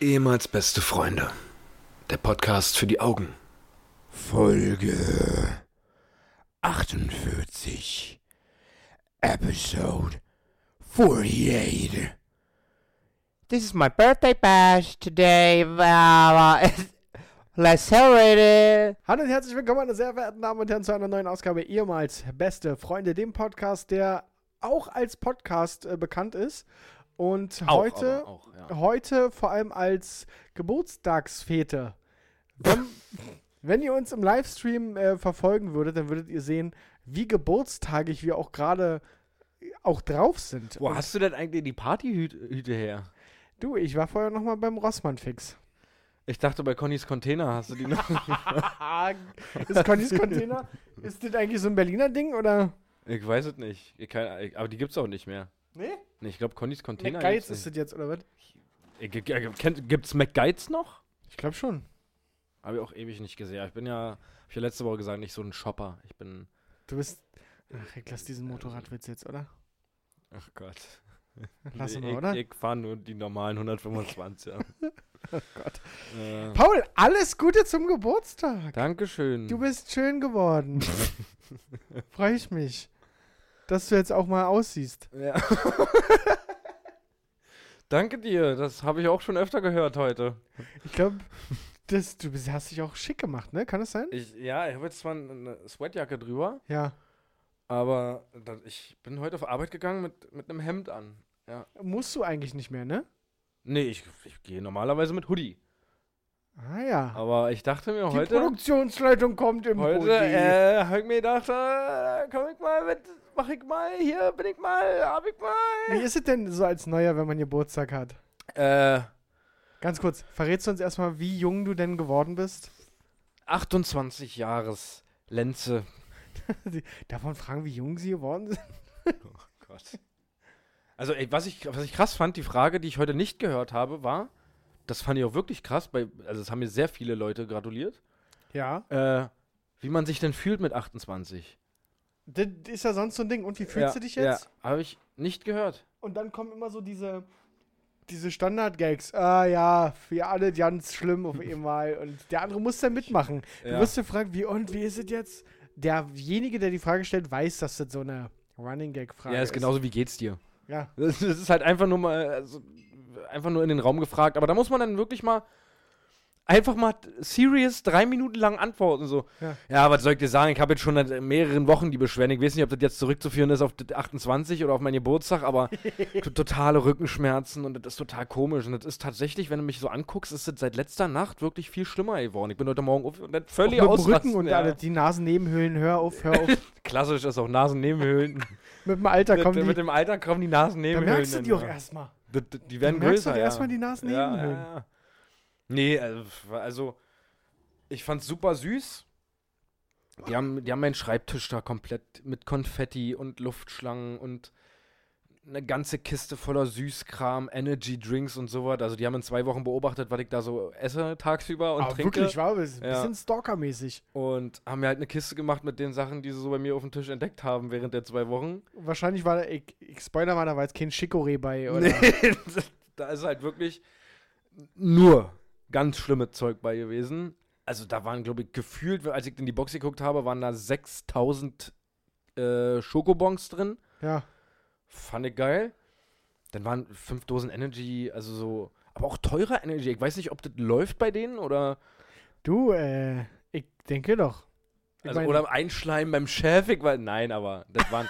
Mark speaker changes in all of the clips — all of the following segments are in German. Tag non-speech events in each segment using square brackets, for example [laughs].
Speaker 1: Ehemals beste Freunde. Der Podcast für die Augen.
Speaker 2: Folge 48. Episode 48. This is my birthday bash today. [laughs] Let's celebrate it.
Speaker 3: Hallo und herzlich willkommen, meine sehr verehrten Damen und Herren, zu einer neuen Ausgabe ehemals Beste Freunde, dem Podcast, der auch als Podcast äh, bekannt ist und heute, heute vor allem als Geburtstagsfete.
Speaker 4: [laughs]
Speaker 3: Wenn, wenn ihr uns im Livestream äh, verfolgen würdet, dann würdet ihr sehen, wie geburtstagig wir auch gerade äh, auch drauf sind.
Speaker 4: Wo
Speaker 3: Und
Speaker 4: hast du denn eigentlich die Partyhüte her?
Speaker 3: du, ich war vorher noch mal beim Rossmann-Fix.
Speaker 4: Ich dachte, bei Connys Container hast du die noch.
Speaker 3: [laughs] Ist Connys
Speaker 4: [laughs]
Speaker 3: Container, ist das eigentlich so ein Berliner Ding oder?
Speaker 4: ich weiß es nicht. Ich kann, ich, aber die gibt's auch nicht mehr.
Speaker 3: Nee?
Speaker 4: Nee, ich glaube, Connys Container
Speaker 3: McGuides
Speaker 4: gibt's
Speaker 3: ist das jetzt, oder was?
Speaker 4: nicht. Äh, g- g- kennt- Gibt's McGuides noch?
Speaker 3: Ich glaube schon.
Speaker 4: Habe ich auch ewig nicht gesehen. Ich bin ja, hab ich ja letzte Woche gesagt, nicht so ein Shopper. Ich bin.
Speaker 3: Du bist. Ach, ich lass diesen Motorradwitz jetzt, oder?
Speaker 4: Ach
Speaker 3: [laughs]
Speaker 4: Gott.
Speaker 3: Lassen
Speaker 4: Nee,
Speaker 3: wir,
Speaker 4: ich,
Speaker 3: oder?
Speaker 4: Ich fahre nur die normalen
Speaker 3: [laughs]
Speaker 4: 125er.
Speaker 3: Oh Gott.
Speaker 4: äh,
Speaker 3: Paul, alles Gute zum Geburtstag.
Speaker 4: Dankeschön.
Speaker 3: Du bist schön
Speaker 4: [laughs]
Speaker 3: geworden. Freue ich mich, dass du jetzt auch mal aussiehst.
Speaker 4: Ja. [laughs] Danke dir. Das habe ich auch schon öfter gehört heute.
Speaker 3: Ich glaube, du bist- hast dich auch schick gemacht, ne? Kann das sein?
Speaker 4: Ich, ja, ich habe jetzt zwar eine Sweatjacke drüber,
Speaker 3: Ja.
Speaker 4: aber da- ich bin heute auf Arbeit gegangen mit, mit einem Hemd an.
Speaker 3: Musst du eigentlich nicht mehr, ne?
Speaker 4: Nee, ich, ich gehe normalerweise mit Hoodie.
Speaker 3: Ah ja.
Speaker 4: Aber ich dachte mir
Speaker 3: Die
Speaker 4: heute,
Speaker 3: Produktionsleitung kommt im Hoodie.
Speaker 4: heute äh, habe ich mir gedacht, äh, komm ich mal mit, mach ich mal, hier bin ich mal, hab ich
Speaker 3: Wie
Speaker 4: mal.
Speaker 3: ist es denn so als Neuer, wenn man Geburtstag hat?
Speaker 4: Äh,
Speaker 3: Ganz kurz, verrätst du uns erstmal, wie jung du denn geworden bist?
Speaker 4: 28 Jahres Lenze.
Speaker 3: Darf man fragen, wie jung sie geworden sind?
Speaker 4: Gott. Also, ey, was ich, was ich krass fand, die Frage, die ich heute nicht gehört habe, war, das fand ich auch wirklich krass, bei, also es haben mir sehr viele Leute gratuliert,
Speaker 3: Ja.
Speaker 4: äh, wie man sich denn fühlt mit 28.
Speaker 3: Das ist ja sonst so ein Ding. Und wie fühlst du dich jetzt?
Speaker 4: Ja, habe ich nicht gehört.
Speaker 3: Und dann kommen immer so diese, diese Standard-Gags. Ah ja, für alle ganz schlimm
Speaker 4: [laughs]
Speaker 3: auf einmal. Und der andere muss dann mitmachen. Du
Speaker 4: Ja.
Speaker 3: wirst gefragt, wie und wie ist es jetzt? Derjenige, der die Frage stellt, weiß, dass das so eine Running-Gag-Frage
Speaker 4: ja, ist genauso, wie geht's dir? [laughs]
Speaker 3: Ja.
Speaker 4: Das, das ist halt einfach nur mal, also, einfach nur in den Raum gefragt, aber da muss man dann wirklich mal einfach mal serious drei Minuten lang antworten, so.
Speaker 3: Ja.
Speaker 4: Ja, was soll ich dir sagen? Ich habe jetzt schon seit mehreren Wochen die Beschwerden. Ich weiß nicht, ob das jetzt zurückzuführen ist auf das 28 oder auf meinen
Speaker 3: [laughs]
Speaker 4: Geburtstag, aber t- totale Rückenschmerzen und das ist total komisch. Und das ist tatsächlich, wenn du mich so anguckst, ist das seit letzter Nacht wirklich viel schlimmer geworden. Ich bin heute Morgen auf und dann völlig
Speaker 3: Mit dem
Speaker 4: ausrasten.
Speaker 3: Rücken und
Speaker 4: ja.
Speaker 3: alle, die Nasennebenhöhlen, hör auf, hör
Speaker 4: [laughs]
Speaker 3: auf.
Speaker 4: Klassisch ist auch Nasennebenhöhlen.
Speaker 3: mit dem Alter kommen
Speaker 4: mit,
Speaker 3: die.
Speaker 4: mit dem Alter kommen die
Speaker 3: Da
Speaker 4: Nasennebenhöhlen.
Speaker 3: merkst du
Speaker 4: dann
Speaker 3: die auch
Speaker 4: mal.
Speaker 3: erstmal.
Speaker 4: D- d- Die werden
Speaker 3: Du merkst
Speaker 4: größer.
Speaker 3: doch
Speaker 4: ja.
Speaker 3: erstmal die Nasennebenhöhlen.
Speaker 4: Ja, ja, ja. Nee, also, f- also ich fand's super süß. Die haben, die haben meinen Schreibtisch da komplett mit Konfetti und Luftschlangen und eine ganze Kiste voller Süßkram, Energy Drinks und sowas. Also die haben in zwei Wochen beobachtet, was ich da so esse tagsüber und
Speaker 3: Aber
Speaker 4: trinke.
Speaker 3: Ah, wirklich, war ein bisschen
Speaker 4: Ja.
Speaker 3: Stalker-mäßig.
Speaker 4: Und haben mir halt eine Kiste gemacht mit den Sachen, die sie so bei mir auf dem Tisch entdeckt haben während der zwei Wochen.
Speaker 3: Wahrscheinlich war da, ich, ich spoiler mal, da war jetzt kein Chicorée bei. Oder?
Speaker 4: Nee, [laughs] da ist halt wirklich nur ganz schlimme Zeug bei gewesen. Also da waren, glaube ich, gefühlt, als ich in die Box geguckt habe, waren da 6000 äh, Schokobons drin.
Speaker 3: Ja.
Speaker 4: Fand ich geil. Dann waren fünf Dosen Energy, also so, aber auch teure Energy. Ich weiß nicht, ob das läuft bei denen oder,
Speaker 3: Du, äh, ich denke doch. Ich
Speaker 4: also,
Speaker 3: mein-
Speaker 4: oder einschleimen beim Chef. Ich weiß, nein, aber
Speaker 3: [laughs]
Speaker 4: das waren,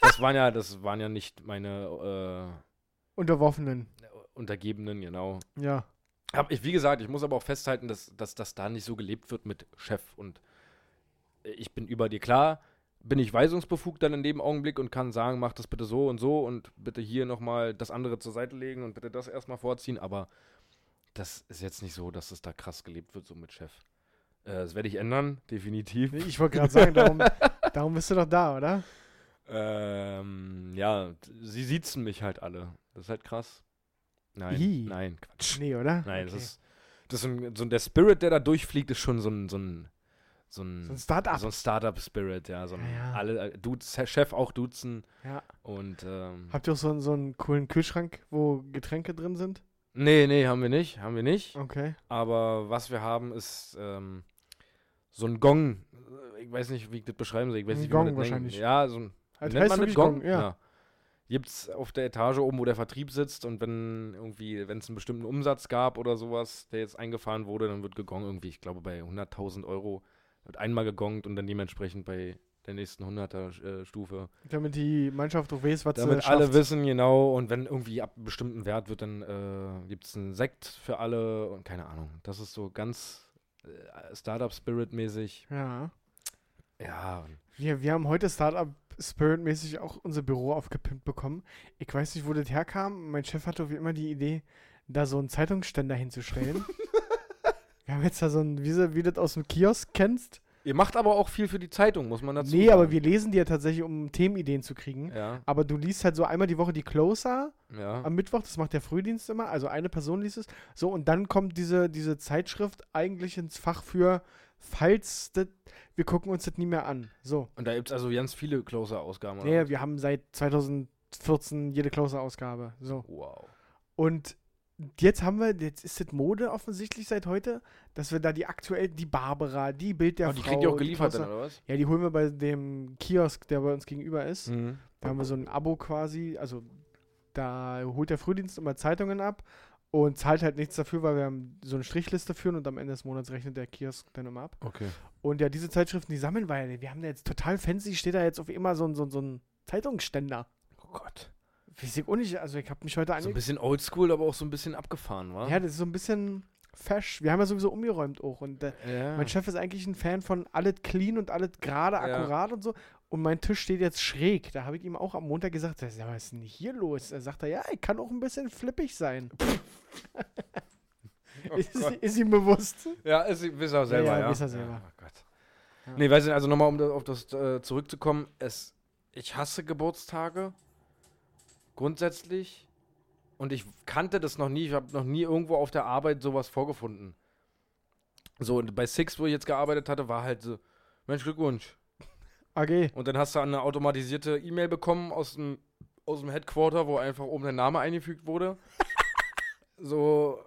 Speaker 4: das waren ja, das waren ja nicht meine
Speaker 3: Unterworfenen.
Speaker 4: äh, Untergebenen, genau.
Speaker 3: Ja.
Speaker 4: Hab ich, wie gesagt, ich muss aber auch festhalten, dass, dass das da nicht so gelebt wird mit Chef und äh, ich bin über dir klar, bin ich weisungsbefugt dann in dem Augenblick und kann sagen, mach das bitte so und so und bitte hier nochmal das andere zur Seite legen und bitte das erstmal vorziehen, aber das ist jetzt nicht so, dass es da krass gelebt wird, so mit Chef. Äh, das werde ich ändern, definitiv.
Speaker 3: Ich wollte
Speaker 4: [laughs]
Speaker 3: gerade sagen, darum, darum bist du doch da, oder?
Speaker 4: Ähm, ja, t- sie siezen mich halt alle. Das ist halt krass. Nein,
Speaker 3: Hi.
Speaker 4: nein, Quatsch.
Speaker 3: Nee, oder?
Speaker 4: Nein, das
Speaker 3: Okay.
Speaker 4: ist, das ist ein, so ein, der Spirit, der da durchfliegt, ist schon so ein, so ein, so ein,
Speaker 3: So ein Start-up.
Speaker 4: so ein Startup-Spirit, ja. So ein,
Speaker 3: Ja, ja.
Speaker 4: alle, äh, Dudes, Chef auch duzen
Speaker 3: Ja.
Speaker 4: und, ähm,
Speaker 3: Habt ihr auch so, einen- so einen coolen Kühlschrank, wo Getränke drin sind?
Speaker 4: Nee, nee, haben wir nicht, haben wir nicht.
Speaker 3: Okay.
Speaker 4: Aber was wir haben, ist ähm, so ein Gong. Ich weiß nicht, wie ich das beschreiben soll. Ich weiß
Speaker 3: Ein
Speaker 4: nicht, wie
Speaker 3: Gong
Speaker 4: man das
Speaker 3: wahrscheinlich.
Speaker 4: Nennt. Ja, so ein
Speaker 3: Halt
Speaker 4: nennt
Speaker 3: heißt
Speaker 4: man das
Speaker 3: wirklich
Speaker 4: Gong?
Speaker 3: Gong, ja.
Speaker 4: Gibt's auf der Etage oben, wo der Vertrieb sitzt und wenn irgendwie, wenn es einen bestimmten Umsatz gab oder sowas, der jetzt eingefahren wurde, dann wird gegongt irgendwie, ich glaube bei 100.000 Euro wird einmal gegongt und dann dementsprechend bei der nächsten 100er äh, Stufe.
Speaker 3: Damit die Mannschaft auch weiß, was
Speaker 4: Damit
Speaker 3: sie
Speaker 4: alle
Speaker 3: schafft.
Speaker 4: wissen, genau, und wenn irgendwie ab einem bestimmten Wert wird, dann äh, gibt es einen Sekt für alle und keine Ahnung. Das ist so ganz äh, Startup-Spirit-mäßig.
Speaker 3: Ja.
Speaker 4: Ja, und
Speaker 3: Wir, wir haben heute Startup Spirit-mäßig auch unser Büro aufgepimpt bekommen. Ich weiß nicht, wo das herkam. Mein Chef hatte wie immer die Idee, da so einen Zeitungsständer hinzustellen. wir haben jetzt da so ein, wie, so- wie du das aus dem Kiosk kennst.
Speaker 4: ihr macht aber auch viel für die Zeitung, muss man dazu
Speaker 3: nee,
Speaker 4: sagen.
Speaker 3: aber wir lesen die ja tatsächlich, um Themenideen zu kriegen.
Speaker 4: Ja,
Speaker 3: Aber du liest halt so einmal die Woche die Closer
Speaker 4: ja.
Speaker 3: am Mittwoch, das macht der Frühdienst immer, also eine Person liest es. So, und dann kommt diese, diese Zeitschrift eigentlich ins Fach für, falls das, wir gucken uns das nie mehr an. So.
Speaker 4: Und da gibt es also ganz viele Closer-Ausgaben. oder
Speaker 3: Nee,
Speaker 4: was?
Speaker 3: wir haben seit 2014 jede Closer-Ausgabe. So.
Speaker 4: Wow.
Speaker 3: Und jetzt haben wir, jetzt ist das Mode offensichtlich seit heute, dass wir da die aktuell, die Barbara, die Bild der
Speaker 4: und
Speaker 3: Frau.
Speaker 4: Oh, Ah, die kriegt ihr auch geliefert ne? dann,
Speaker 3: Closer-
Speaker 4: oder was?
Speaker 3: Ja, die holen wir bei dem Kiosk, der bei uns gegenüber ist.
Speaker 4: Mhm.
Speaker 3: Da haben wir so ein Abo quasi, also da holt der Frühdienst immer Zeitungen ab und zahlt halt nichts dafür, weil wir haben so eine Strichliste führen und am Ende des Monats rechnet der Kiosk dann immer ab.
Speaker 4: Okay.
Speaker 3: Und ja, diese Zeitschriften, die sammeln wir ja. nicht. Wir haben da jetzt total fancy, steht da jetzt auf immer so ein, so ein, so ein Zeitungsständer.
Speaker 4: Oh Gott.
Speaker 3: Weiß ich auch nicht, also ich habe mich heute
Speaker 4: So ein
Speaker 3: angeguckt.
Speaker 4: bisschen oldschool, aber auch so ein bisschen ne? abgefahren, wa?
Speaker 3: ja, das ist so ein bisschen fesch. Wir haben ja sowieso umgeräumt auch und äh,
Speaker 4: ja.
Speaker 3: mein Chef ist eigentlich ein Fan von alles clean und alles gerade,
Speaker 4: Ja.
Speaker 3: akkurat und so. Und mein Tisch steht jetzt schräg. Da habe ich ihm auch am Montag gesagt, "Sag mal, was ist denn hier los? Da sagt er, ja, ich kann auch ein bisschen flippig sein.
Speaker 4: [laughs] Oh
Speaker 3: ist,
Speaker 4: Gott.
Speaker 3: ist ihm bewusst.
Speaker 4: Ja, ist, wisst er selber,
Speaker 3: ja,
Speaker 4: ja.
Speaker 3: wisst er selber.
Speaker 4: oh Gott.
Speaker 3: Ja.
Speaker 4: Nee, weiß nicht, also nochmal, um da- auf das äh, zurückzukommen, es, ich hasse Geburtstage, grundsätzlich, und ich kannte das noch nie, ich habe noch nie irgendwo auf der Arbeit sowas vorgefunden. So, und bei Six, wo ich jetzt gearbeitet hatte, war halt so, Mensch, Glückwunsch.
Speaker 3: AG.
Speaker 4: Und dann hast du eine automatisierte E-Mail bekommen aus dem, aus dem Headquarter, wo einfach oben dein Name eingefügt wurde. so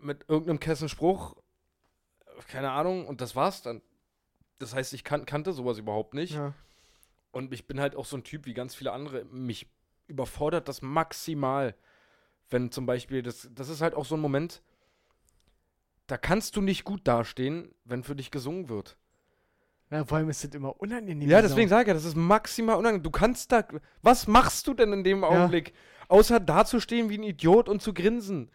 Speaker 4: äh, mit irgendeinem Kessenspruch. Keine Ahnung. Und das war's dann. Das heißt, ich kan kannte sowas überhaupt nicht.
Speaker 3: Ja.
Speaker 4: Und ich bin halt auch so ein Typ wie ganz viele andere. Mich überfordert das maximal, wenn zum Beispiel, das, das ist halt auch so ein Moment, da kannst du nicht gut dastehen, wenn für dich gesungen wird.
Speaker 3: ja, vor allem ist das immer unangenehm.
Speaker 4: Ja,
Speaker 3: die
Speaker 4: deswegen sage ich ja, das ist maximal unangenehm. Du kannst da. Was machst du denn in dem Augenblick? Außer dazustehen wie ein Idiot und zu grinsen.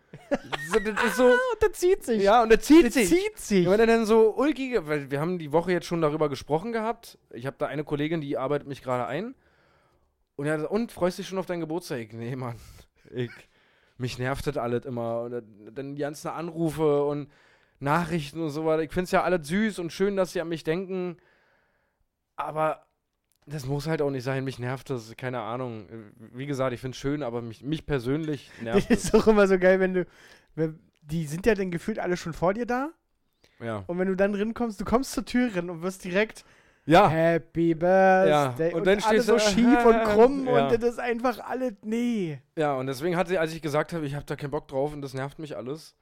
Speaker 4: so, das ist so.
Speaker 3: Sau. Das zieht sich.
Speaker 4: Ja, und er zieht
Speaker 3: das
Speaker 4: sich.
Speaker 3: zieht sich.
Speaker 4: Wenn er dann so ulkige, weil wir haben die Woche jetzt schon darüber gesprochen gehabt. Ich habe da eine Kollegin, die arbeitet mich gerade ein. Und ja, und freust dich schon auf deinen Geburtstag? Ich, Nee, Mann. Ich, mich nervt das alles immer. Und dann die ganzen Anrufe und Nachrichten und so weiter. Ich finde es ja alles süß und schön, dass sie an mich denken. Aber das muss halt auch nicht sein. Mich nervt das. Keine Ahnung. Wie gesagt, ich finde es schön, aber mich, mich persönlich
Speaker 3: Das
Speaker 4: nervt
Speaker 3: [laughs]
Speaker 4: es.
Speaker 3: ist auch immer so geil, wenn du. Wenn, die sind ja dann gefühlt alle schon vor dir da.
Speaker 4: Ja.
Speaker 3: Und wenn du dann rinkommst, du kommst zur Tür rin und wirst direkt
Speaker 4: Ja.
Speaker 3: Happy Birthday.
Speaker 4: Ah. und dann
Speaker 3: alle
Speaker 4: stehst
Speaker 3: so
Speaker 4: du-
Speaker 3: schief und krumm
Speaker 4: [laughs] Ja.
Speaker 3: und das ist einfach alles. Nee.
Speaker 4: Ja, und deswegen hat sie, als ich gesagt habe, ich habe da keinen Bock drauf und das nervt mich alles,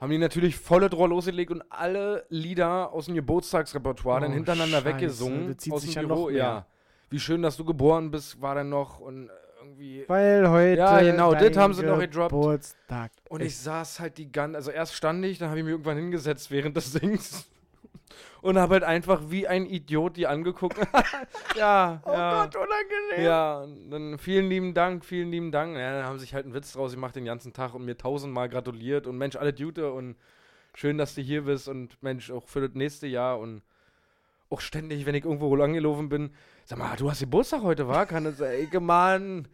Speaker 4: haben die natürlich volle Draw losgelegt und alle Lieder aus dem Geburtstagsrepertoire dann
Speaker 3: Oh,
Speaker 4: hintereinander
Speaker 3: Scheiße,
Speaker 4: weggesungen.
Speaker 3: das zieht
Speaker 4: aus
Speaker 3: sich
Speaker 4: dem
Speaker 3: ja noch
Speaker 4: Büro,
Speaker 3: mehr.
Speaker 4: ja. Wie schön, dass du geboren bist, war dann noch und äh, irgendwie.
Speaker 3: Weil heute.
Speaker 4: Ja, genau, das
Speaker 3: dein
Speaker 4: haben sie noch gedroppt.
Speaker 3: Geburtstag.
Speaker 4: Und ich saß halt die ganze, also erst stand ich, dann habe ich mich irgendwann hingesetzt während des Sings [laughs] und habe halt einfach wie ein Idiot die angeguckt. [laughs] ja,
Speaker 3: Oh
Speaker 4: ja.
Speaker 3: Gott, unangenehm.
Speaker 4: Ja, und dann vielen lieben Dank, vielen lieben Dank. Ja, dann haben sich halt einen Witz draus gemacht den ganzen Tag und mir tausendmal gratuliert und Mensch, alle Jute und schön, dass du hier bist und Mensch, auch für das nächste Jahr und auch ständig, wenn ich irgendwo langgelaufen bin, sag mal, du hast Geburtstag heute, war? Kann das, ey, Mann.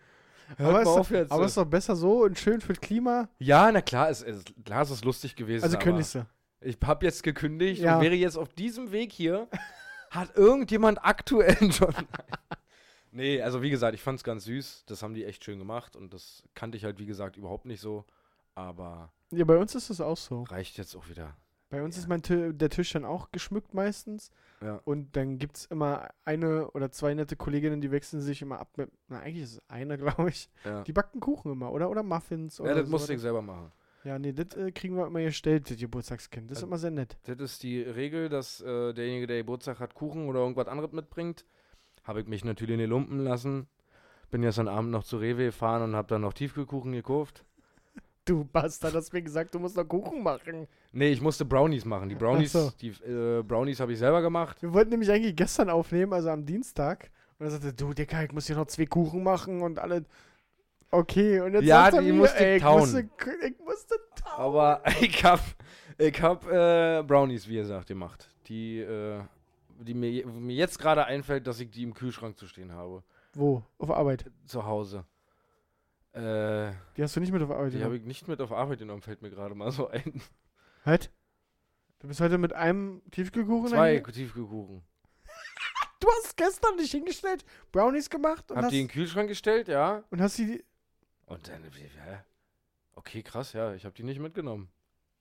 Speaker 4: Hört
Speaker 3: aber
Speaker 4: Halt mal
Speaker 3: ist,
Speaker 4: auf jetzt.
Speaker 3: aber ist doch besser so und schön fürs Klima.
Speaker 4: ja, na klar, es, es, klar, es ist lustig gewesen.
Speaker 3: Also
Speaker 4: aber-
Speaker 3: kündigst du.
Speaker 4: ich habe jetzt gekündigt
Speaker 3: Ja.
Speaker 4: und wäre jetzt auf diesem Weg
Speaker 3: [laughs]
Speaker 4: hier. Hat irgendjemand aktuell schon. [laughs] nee, also wie gesagt, ich fand's ganz süß. Das haben die echt schön gemacht und das kannte ich halt, wie gesagt, überhaupt nicht so. Aber
Speaker 3: Ja, bei uns ist das auch so.
Speaker 4: reicht jetzt auch wieder.
Speaker 3: Bei uns ist mein Tü der Tisch dann auch geschmückt meistens.
Speaker 4: Ja.
Speaker 3: Und dann gibt es immer eine oder zwei nette Kolleginnen, die wechseln sich immer ab mit. Na, eigentlich ist es eine, [laughs] glaube ich.
Speaker 4: Ja,
Speaker 3: Die backen Kuchen immer, oder? Oder Muffins.
Speaker 4: ja
Speaker 3: oder
Speaker 4: das
Speaker 3: so.
Speaker 4: musste ich selber machen.
Speaker 3: Ja, nee, das äh, kriegen wir immer gestellt, das Geburtstagskind. Das ist
Speaker 4: Also-
Speaker 3: immer sehr nett.
Speaker 4: Das ist die Regel, dass äh, derjenige, der Geburtstag hat, Kuchen oder irgendwas anderes mitbringt. Habe ich mich natürlich in die Lumpen lassen. Bin gestern Abend noch zu Rewe gefahren und habe dann noch Tiefkühlkuchen gekauft.
Speaker 3: Du Bastard, hast mir gesagt, du musst noch Kuchen machen.
Speaker 4: Nee, ich musste Brownies machen. Die Brownies,
Speaker 3: Ach so.
Speaker 4: die äh, Brownies habe ich selber gemacht.
Speaker 3: Wir wollten nämlich eigentlich gestern aufnehmen, also am Dienstag. Und er sagte, du Dicker, ich muss hier noch zwei Kuchen machen und alle. Okay, und jetzt
Speaker 4: Ja,
Speaker 3: sagt er
Speaker 4: die
Speaker 3: mir,
Speaker 4: musste
Speaker 3: ey, ich
Speaker 4: tauen.
Speaker 3: musste, ich musste tauen.
Speaker 4: Aber [laughs] ich habe ich hab, äh, Brownies, wie gesagt, gemacht. Die, äh, die mir, je- mir jetzt gerade einfällt, dass ich die im Kühlschrank zu stehen habe.
Speaker 3: Wo? Auf Arbeit.
Speaker 4: Zu Hause. Äh,
Speaker 3: Die hast du nicht mit auf Arbeit.
Speaker 4: die habe
Speaker 3: genommen.
Speaker 4: ich nicht mit auf Arbeit genommen, fällt mir gerade mal so ein.
Speaker 3: Halt. Du bist heute mit einem Tiefkühlkuchen
Speaker 4: Zwei
Speaker 3: einge-
Speaker 4: Tiefkühlkuchen.
Speaker 3: Du hast gestern dich hingestellt, Brownies gemacht und
Speaker 4: Hab
Speaker 3: hast,
Speaker 4: die in den Kühlschrank gestellt, ja.
Speaker 3: und hast die.
Speaker 4: Und dann, hä? Okay, krass, ja, ich habe die nicht mitgenommen.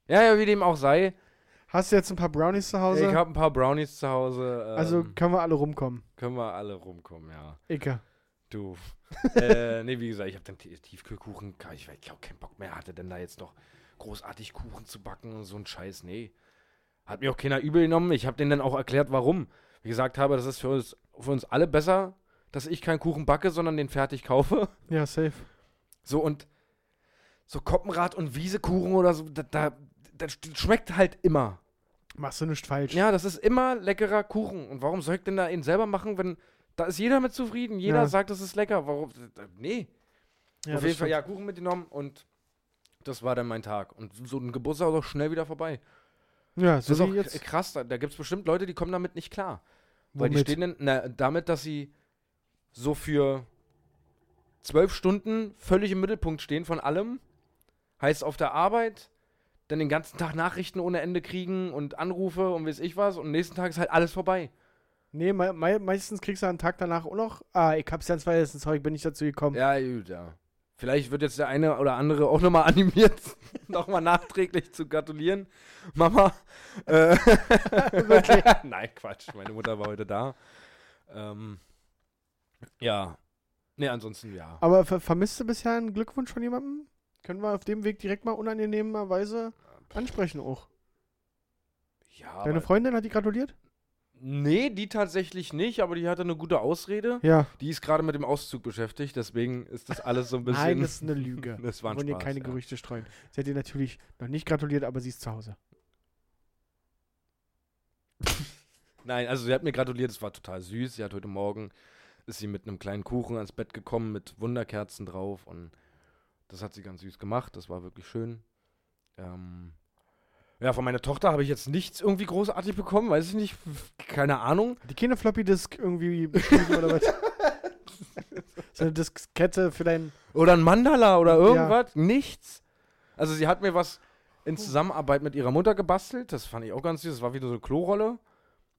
Speaker 4: Ja, ja, wie dem auch sei.
Speaker 3: Hast du jetzt ein paar Brownies zu Hause?
Speaker 4: Ich habe ein paar Brownies zu Hause. Ähm,
Speaker 3: also können wir alle rumkommen.
Speaker 4: können wir alle rumkommen, ja.
Speaker 3: Icke.
Speaker 4: Du. äh, nee, wie gesagt, ich habe dann T- Tiefkühlkuchen. ka- Ich, weil ich auch keinen Bock mehr hatte, denn da jetzt noch großartig Kuchen zu backen und so ein Scheiß. Nee. Hat mir auch keiner übel genommen. Ich habe denen dann auch erklärt, warum. Wie gesagt habe, das ist für uns, für uns alle besser, dass ich keinen Kuchen backe, sondern den fertig kaufe. [laughs]
Speaker 3: Ja, safe.
Speaker 4: So und so Koppenrad und Wiesekuchen oder so, da, da, das sch- schmeckt halt immer.
Speaker 3: Machst du nicht falsch.
Speaker 4: Ja, das ist immer leckerer Kuchen. Und warum soll ich denn da ihn selber machen, wenn da ist jeder mit zufrieden, jeder
Speaker 3: Ja.
Speaker 4: sagt, das ist lecker. Warum? da- Nee.
Speaker 3: Ja,
Speaker 4: Auf
Speaker 3: das
Speaker 4: jeden Fall
Speaker 3: stimmt.
Speaker 4: ja Kuchen mitgenommen und das war dann mein Tag. Und so ein Geburtstag ist auch schnell wieder vorbei.
Speaker 3: Ja,
Speaker 4: Das
Speaker 3: so
Speaker 4: ist
Speaker 3: wie
Speaker 4: auch
Speaker 3: jetzt.
Speaker 4: krass. Da, da gibt es bestimmt Leute, die kommen damit nicht klar. Weil die
Speaker 3: Womit?
Speaker 4: stehen dann, na, damit, dass sie so für zwölf Stunden völlig im Mittelpunkt stehen von allem. Heißt auf der Arbeit, dann den ganzen Tag Nachrichten ohne Ende kriegen und Anrufe und weiß ich was und am nächsten Tag ist halt alles vorbei.
Speaker 3: Nee, me me meistens kriegst du einen Tag danach auch noch. Ah, ich hab's ganz vergessen, sorry, ich bin nicht dazu gekommen.
Speaker 4: Ja, gut, ja. Vielleicht wird jetzt der eine oder andere auch nochmal [laughs] animiert, nochmal nachträglich zu gratulieren. Mama. [laughs] Äh,
Speaker 3: Wirklich?
Speaker 4: Nein, Quatsch. Meine Mutter war heute da. Ähm, ja. Nee, ansonsten ja.
Speaker 3: Aber ver vermisst du bisher einen Glückwunsch von jemandem? Können wir auf dem Weg direkt mal unangenehmerweise ansprechen auch.
Speaker 4: Ja,
Speaker 3: Deine
Speaker 4: aber-
Speaker 3: Freundin hat die gratuliert?
Speaker 4: nee, die tatsächlich nicht, aber die hatte eine gute Ausrede.
Speaker 3: Ja.
Speaker 4: Die ist gerade mit dem Auszug beschäftigt, deswegen ist das alles so ein bisschen.
Speaker 3: Nein, das ist eine Lüge.
Speaker 4: [laughs] das war
Speaker 3: Wir
Speaker 4: ein
Speaker 3: wollen dir
Speaker 4: Spaß,
Speaker 3: keine
Speaker 4: ja.
Speaker 3: Gerüchte streuen. Sie hat dir natürlich noch nicht gratuliert, aber sie ist zu Hause.
Speaker 4: Nein, also sie hat mir gratuliert, es war total süß. Sie hat heute Morgen, ist sie mit einem kleinen Kuchen ans Bett gekommen, mit Wunderkerzen drauf und das hat sie ganz süß gemacht, das war wirklich schön. Ähm, ja, von meiner Tochter habe ich jetzt nichts irgendwie großartig bekommen, weiß ich nicht, keine Ahnung.
Speaker 3: Hat die keine Floppy Disk irgendwie beschrieben oder was?
Speaker 4: [laughs]
Speaker 3: so eine Diskette für dein.
Speaker 4: Oder ein Mandala oder
Speaker 3: Ja.
Speaker 4: irgendwas, nichts. Also sie hat mir was in Zusammenarbeit mit ihrer Mutter gebastelt, das fand ich auch ganz süß, das war wieder so eine Klorolle.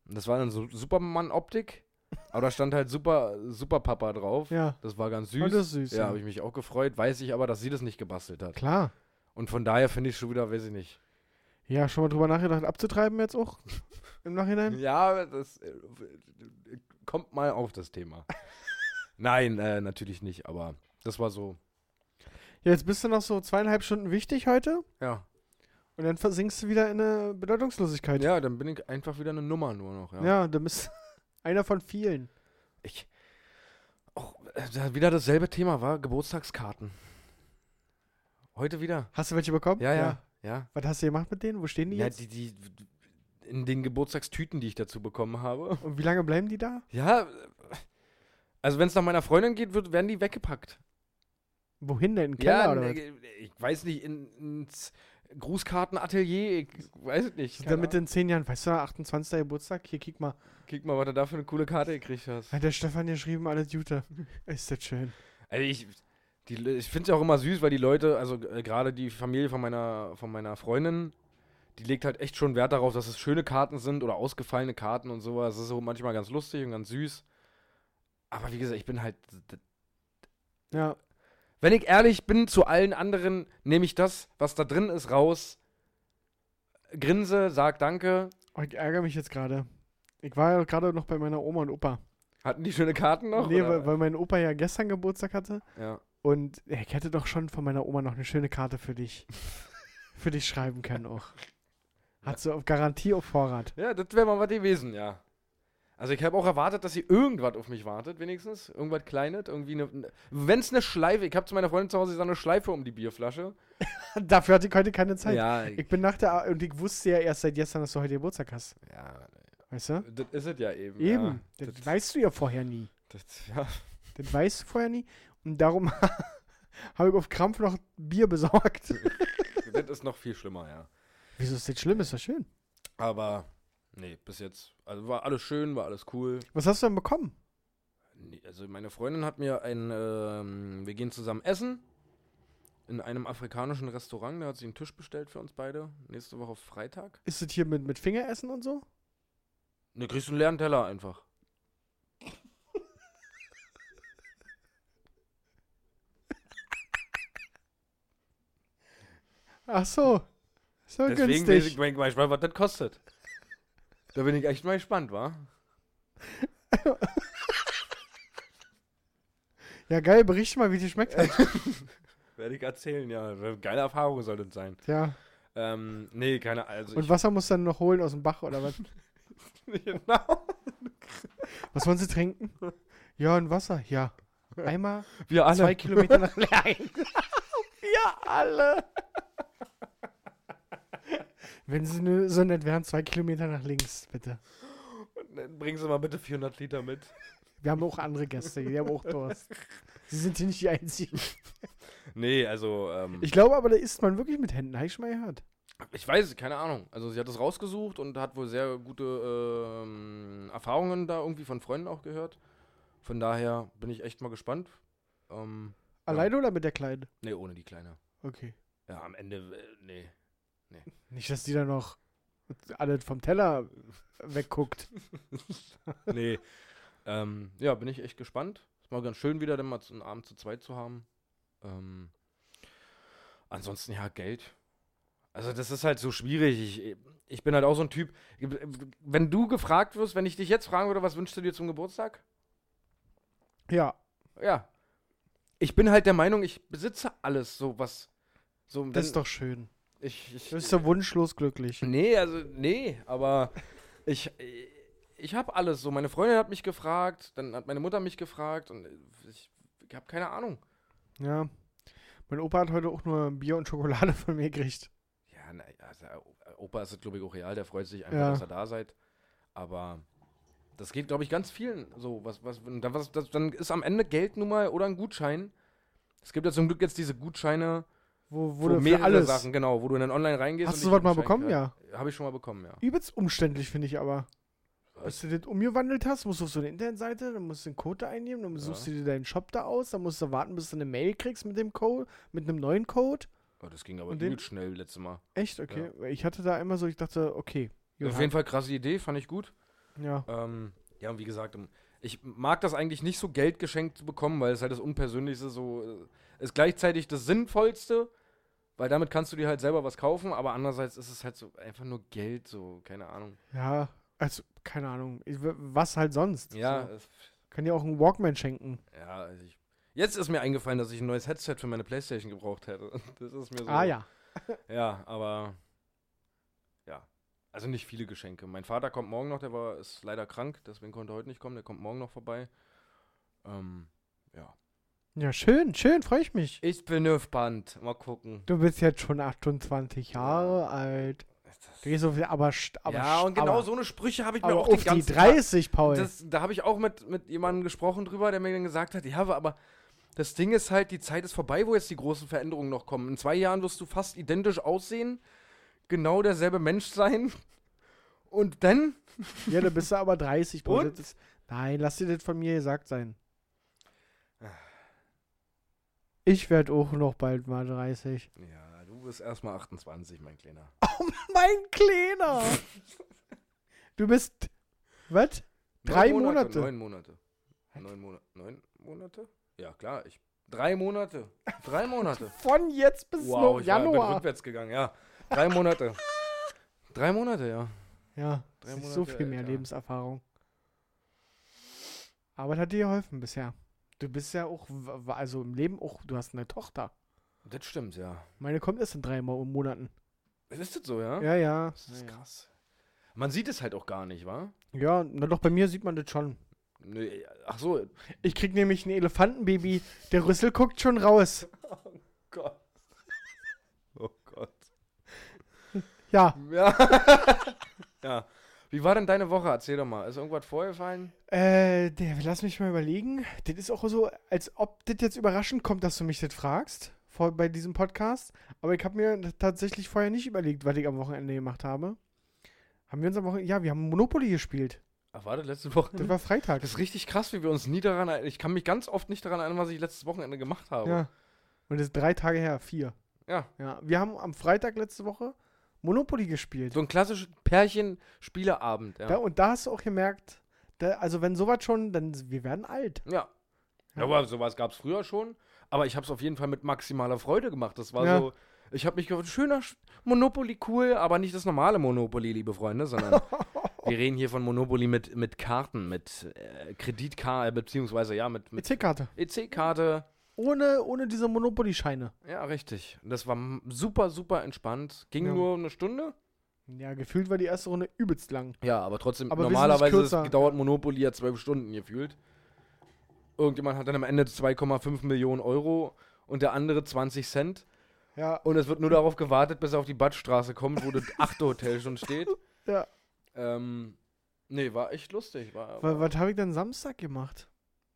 Speaker 4: Das war dann so Superman-Optik, aber da stand halt Super, Super Papa drauf.
Speaker 3: Ja.
Speaker 4: Das war ganz süß.
Speaker 3: Oh, das ist süß.
Speaker 4: ja, habe ich mich auch gefreut. Weiß ich aber, dass sie das nicht gebastelt hat.
Speaker 3: Klar.
Speaker 4: Und von daher finde ich schon wieder, weiß ich nicht.
Speaker 3: Ja, schon mal drüber nachgedacht, abzutreiben jetzt auch? Im Nachhinein?
Speaker 4: Ja, das äh, kommt mal auf
Speaker 3: [laughs]
Speaker 4: das Thema. Nein, äh, natürlich nicht, aber das war so.
Speaker 3: Ja, jetzt bist du noch so zweieinhalb Stunden wichtig heute
Speaker 4: Ja.
Speaker 3: und dann versinkst du wieder in eine Bedeutungslosigkeit.
Speaker 4: Ja, dann bin ich einfach wieder eine Nummer nur noch. Ja.
Speaker 3: ja. dann bist [laughs] einer von vielen.
Speaker 4: Ich. Auch äh, da wieder dasselbe Thema war: Geburtstagskarten. Heute wieder.
Speaker 3: Hast du welche bekommen?
Speaker 4: Ja, ja. Ja.
Speaker 3: Was hast du gemacht mit denen? Wo stehen die
Speaker 4: ja
Speaker 3: jetzt?
Speaker 4: die, die, in den Geburtstagstüten, die ich dazu bekommen habe.
Speaker 3: und wie lange bleiben die da?
Speaker 4: Ja, also wenn es nach meiner Freundin geht, wird, werden die weggepackt.
Speaker 3: Wohin denn? In den Keller
Speaker 4: ja,
Speaker 3: oder was?
Speaker 4: ne, ich weiß nicht, in, ins Grußkartenatelier, ich weiß es nicht. keine
Speaker 3: Damit in zehn Jahren, weißt du, 28. Geburtstag, hier, kick mal.
Speaker 4: Ahnung. Kick mal, was du da für eine coole Karte gekriegt hast.
Speaker 3: Hat der Stefan geschrieben, alles
Speaker 4: [laughs]
Speaker 3: Jute. Ist das schön.
Speaker 4: Also ich, die, Le- ich finde es auch immer süß, weil die Leute, also äh, gerade die Familie von meiner, von meiner Freundin, die legt halt echt schon Wert darauf, dass es schöne Karten sind oder ausgefallene Karten und sowas. Das ist so manchmal ganz lustig und ganz süß. Aber wie gesagt, ich bin halt
Speaker 3: Ja,
Speaker 4: Wenn ich ehrlich bin zu allen anderen, nehme ich das, was da drin ist, raus. Grinse, sag Danke.
Speaker 3: oh, ich ärgere mich jetzt gerade. Ich war ja gerade noch bei meiner Oma und Opa.
Speaker 4: Hatten die schöne Karten noch?
Speaker 3: nee, weil,
Speaker 4: oder?
Speaker 3: weil mein Opa ja gestern Geburtstag hatte.
Speaker 4: ja.
Speaker 3: [laughs] Und ja, ich hätte doch schon von meiner Oma noch eine schöne Karte für dich. für dich schreiben können auch. Hat sie auf Garantie auf Vorrat. [laughs]
Speaker 4: Ja, das wäre mal was gewesen, ja. Also ich habe auch erwartet, dass sie irgendwas auf mich wartet, wenigstens. Irgendwas Kleines, irgendwie eine. Ne, Wenn es eine Schleife, ich habe zu meiner Freundin zu Hause gesagt, eine Schleife um die Bierflasche.
Speaker 3: Dafür hatte ich heute keine Zeit.
Speaker 4: Ja, ich-
Speaker 3: Ich bin nach der Ar- und ich wusste ja erst seit gestern, dass du heute Geburtstag hast.
Speaker 4: ja,
Speaker 3: Weißt du?
Speaker 4: das ist es ja eben.
Speaker 3: Eben.
Speaker 4: Ja.
Speaker 3: Das,
Speaker 4: Das,
Speaker 3: weißt du ja vorher nie.
Speaker 4: das, ja.
Speaker 3: Das weißt du vorher nie. Und darum [laughs] habe ich auf Krampf noch Bier besorgt.
Speaker 4: das ist noch viel schlimmer, ja.
Speaker 3: Wieso ist das schlimm? Ist doch schön.
Speaker 4: Aber, nee, bis jetzt. Also war alles schön, war alles cool.
Speaker 3: Was hast du denn bekommen?
Speaker 4: Nee, Also meine Freundin hat mir ein, ähm, wir gehen zusammen essen in einem afrikanischen Restaurant. Da hat sie einen Tisch bestellt für uns beide. Nächste Woche Freitag.
Speaker 3: Ist das hier mit, mit Fingeressen und so?
Speaker 4: Ne, kriegst du einen leeren Teller einfach.
Speaker 3: Ach so. So
Speaker 4: Deswegen bin ich
Speaker 3: günstig.
Speaker 4: bin ich mal gespannt, was das kostet. Da bin ich echt mal gespannt, [laughs] wa?
Speaker 3: Ja, geil. Berichte mal, wie die schmeckt. hat.
Speaker 4: Werde ich erzählen, ja. Geile Erfahrung soll das sein.
Speaker 3: ja.
Speaker 4: Ähm, nee, keine, also
Speaker 3: Und
Speaker 4: ich,
Speaker 3: Wasser musst du dann noch holen aus dem Bach oder was?
Speaker 4: [laughs] genau.
Speaker 3: Was wollen sie
Speaker 4: [laughs]
Speaker 3: trinken? Ja, ein Wasser. Ja. Einmal
Speaker 4: Wir [laughs] alle.
Speaker 3: zwei Kilometer nach
Speaker 4: [laughs]
Speaker 3: Nein. Wir alle. Wenn sie nur so nett wären, zwei Kilometer nach links, bitte.
Speaker 4: Bringen Sie mal bitte 400 Liter mit.
Speaker 3: Wir haben auch andere Gäste, die haben auch Durst. Sie sind hier nicht die Einzigen.
Speaker 4: Nee, also, ähm,
Speaker 3: Ich glaube aber, da isst man wirklich mit Händen, habe ich schon mal gehört.
Speaker 4: Ich weiß, es, keine Ahnung. Also sie hat es rausgesucht und hat wohl sehr gute ähm, Erfahrungen da irgendwie von Freunden auch gehört. Von daher bin ich echt mal gespannt. Ähm,
Speaker 3: Alleine oder mit der Kleinen?
Speaker 4: nee, ohne die Kleine.
Speaker 3: Okay.
Speaker 4: Ja, am Ende, äh, nee.
Speaker 3: Nicht, dass die da noch alle vom Teller wegguckt.
Speaker 4: Nee. ähm, ja, bin ich echt gespannt. Ist mal ganz schön wieder, dann mal zu- einen Abend zu zweit zu haben. Ähm, ansonsten ja, Geld. Also das ist halt so schwierig. Ich, ich bin halt auch so ein Typ. Wenn du gefragt wirst, wenn ich dich jetzt fragen würde, was wünschst du dir zum Geburtstag?
Speaker 3: Ja.
Speaker 4: Ja. Ich bin halt der Meinung, ich besitze alles, so was. So, wenn,
Speaker 3: Das ist doch schön.
Speaker 4: Ich, ich,
Speaker 3: Du bist so wunschlos glücklich.
Speaker 4: nee, also, nee, aber ich. Ich habe alles so. Meine Freundin hat mich gefragt, dann hat meine Mutter mich gefragt und ich, ich habe keine Ahnung.
Speaker 3: Ja. Mein Opa hat heute auch nur Bier und Schokolade [laughs] von mir gekriegt.
Speaker 4: Ja, na, also, Opa ist, glaube ich, auch real, der freut sich einfach,
Speaker 3: Ja.
Speaker 4: dass er da seid. Aber das geht, glaube ich, ganz vielen so. Was, was, und dann, was, das, dann ist am Ende Geld nun mal oder ein Gutschein. Es gibt ja zum Glück jetzt diese Gutscheine,
Speaker 3: Wo
Speaker 4: Wo
Speaker 3: wurde
Speaker 4: mehrere
Speaker 3: für alles.
Speaker 4: Sachen, genau, wo du dann online reingehst.
Speaker 3: Hast du sowas mal bekommen?
Speaker 4: ja. Habe ich schon mal bekommen, ja.
Speaker 3: Übelst umständlich, finde ich aber. Dass
Speaker 4: Was?
Speaker 3: du das umgewandelt hast, musst du auf so eine Internetseite, dann musst du den Code da eingeben, dann suchst du dir deinen Shop da aus, dann musst du warten, bis du eine Mail kriegst mit dem Code, mit einem neuen Code.
Speaker 4: Oh, das ging aber
Speaker 3: Und den-
Speaker 4: übel schnell letztes Mal.
Speaker 3: Echt? Okay. Also Ich hatte da einmal so, ich dachte, okay.
Speaker 4: Auf jeden Fall krasse Idee, fand ich gut.
Speaker 3: Ja.
Speaker 4: Ähm, ja, und wie gesagt, ähm, ich mag das eigentlich nicht so Geld geschenkt zu bekommen, weil es halt das Unpersönlichste so äh, ist gleichzeitig das Sinnvollste, weil damit kannst du dir halt selber was kaufen, aber andererseits ist es halt so einfach nur Geld, so, keine Ahnung.
Speaker 3: Ja. Also, keine Ahnung. Ich, w- was halt sonst?
Speaker 4: Ja,
Speaker 3: So.
Speaker 4: es,
Speaker 3: Kann dir auch einen Walkman schenken.
Speaker 4: ja, also ich, jetzt ist mir eingefallen, dass ich ein neues Headset für meine Playstation gebraucht hätte. [laughs] Das ist mir so.
Speaker 3: Ah, ja.
Speaker 4: Ja, aber ja. Also nicht viele Geschenke. Mein Vater kommt morgen noch, der war, ist leider krank, deswegen konnte er heute nicht kommen, der kommt morgen noch vorbei. Ähm,
Speaker 3: Ja, schön, schön, freue ich mich.
Speaker 4: ich bin gespannt. Mal gucken.
Speaker 3: Du bist jetzt schon 28 Jahre alt. Du gehst so viel, aber, st- aber
Speaker 4: ja, und genau
Speaker 3: aber,
Speaker 4: so eine Sprüche habe ich mir
Speaker 3: Aber
Speaker 4: auch
Speaker 3: auf die 30, Paul.
Speaker 4: Das, da habe ich auch mit, mit jemandem gesprochen drüber, der mir dann gesagt hat, ja, aber das Ding ist halt, die Zeit ist vorbei, wo jetzt die großen Veränderungen noch kommen. In zwei Jahren wirst du fast identisch aussehen, genau derselbe Mensch sein. Und dann
Speaker 3: [laughs] ja, da bist du aber 30, Paul.
Speaker 4: Und?
Speaker 3: Das ist, nein, lass dir das von mir gesagt sein. Ich werde auch noch bald mal 30.
Speaker 4: Ja, du bist erstmal 28, mein Kleiner.
Speaker 3: [laughs] Mein Kleiner! du bist. Was? Drei Monate.
Speaker 4: Neun Monate. Neun Monate. Neun Monate? Ja, klar. Ich, drei Monate.
Speaker 3: [laughs]
Speaker 4: Drei Monate.
Speaker 3: Von jetzt bis noch
Speaker 4: ich war, bin
Speaker 3: Januar.
Speaker 4: rückwärts gegangen, ja. Drei Monate. drei Monate, ja.
Speaker 3: Ja,
Speaker 4: Drei
Speaker 3: das ist so
Speaker 4: Monate
Speaker 3: viel mehr
Speaker 4: älter.
Speaker 3: Lebenserfahrung. Aber das hat dir geholfen bisher. Du bist ja auch, w- w- also im Leben auch, du hast eine Tochter.
Speaker 4: Das stimmt, ja.
Speaker 3: Meine kommt erst in drei Mo- Monaten.
Speaker 4: Ist das so, ja?
Speaker 3: Ja, ja.
Speaker 4: Das ist krass. Man sieht es halt auch gar nicht, wa?
Speaker 3: Ja, na doch, bei mir sieht man das schon.
Speaker 4: Nö, ach so.
Speaker 3: Ich krieg nämlich ein Elefantenbaby. Der Rüssel guckt schon raus.
Speaker 4: Gott. [laughs] Oh Gott.
Speaker 3: Ja.
Speaker 4: Ja. [laughs] ja. Wie war denn deine Woche? Erzähl doch mal. Ist irgendwas vorgefallen?
Speaker 3: Äh, der, lass mich mal überlegen. Das ist auch so, als ob das jetzt überraschend kommt, dass du mich das fragst vor, bei diesem Podcast. Aber ich habe mir tatsächlich vorher nicht überlegt, was ich am Wochenende gemacht habe. Haben wir uns am Wochenende. Ja, wir haben Monopoly gespielt.
Speaker 4: Ach, war das letzte Woche?
Speaker 3: Das war Freitag.
Speaker 4: Das ist richtig krass, wie wir uns nie daran erinnern. Ich kann mich ganz oft nicht daran erinnern, was ich letztes Wochenende gemacht habe.
Speaker 3: Ja. Und das ist drei Tage her, vier.
Speaker 4: Ja.
Speaker 3: Ja. Wir haben am Freitag letzte Woche Monopoly gespielt.
Speaker 4: So ein klassischer Pärchen-Spieleabend, ja.
Speaker 3: Da, und da hast du auch gemerkt, da, also wenn sowas schon, dann wir werden alt.
Speaker 4: Ja. ja. Aber
Speaker 3: [laughs]
Speaker 4: sowas gab es früher schon. Aber ich habe es auf jeden Fall mit maximaler Freude gemacht. Das war
Speaker 3: Ja.
Speaker 4: so. Ich habe mich gefragt, schöner Sch- Monopoly, cool, aber nicht das normale Monopoly, liebe
Speaker 3: [laughs]
Speaker 4: Freunde, sondern wir reden hier von Monopoly mit, mit Karten, mit äh, Kreditkarte, beziehungsweise ja, mit, mit
Speaker 3: EC-Karte.
Speaker 4: EC-Karte.
Speaker 3: Ohne, ohne diese Monopoly-Scheine.
Speaker 4: Ja, richtig. Und Das war m- super, super entspannt. Ging
Speaker 3: Ja.
Speaker 4: nur eine Stunde.
Speaker 3: Ja, gefühlt war die erste Runde übelst lang.
Speaker 4: Ja, aber trotzdem,
Speaker 3: Aber wir sind nicht
Speaker 4: normalerweise ist
Speaker 3: kürzer.
Speaker 4: gedauert Monopoly ja zwölf Stunden gefühlt. Irgendjemand hat dann am Ende 2,5 Millionen Euro und der andere 20 Cent.
Speaker 3: Ja.
Speaker 4: Und es wird nur darauf gewartet, bis er auf die Badstraße kommt, wo das achte Hotel schon steht.
Speaker 3: [laughs] Ja.
Speaker 4: Ähm, nee, war echt lustig. War,
Speaker 3: Was, was habe ich denn Samstag gemacht?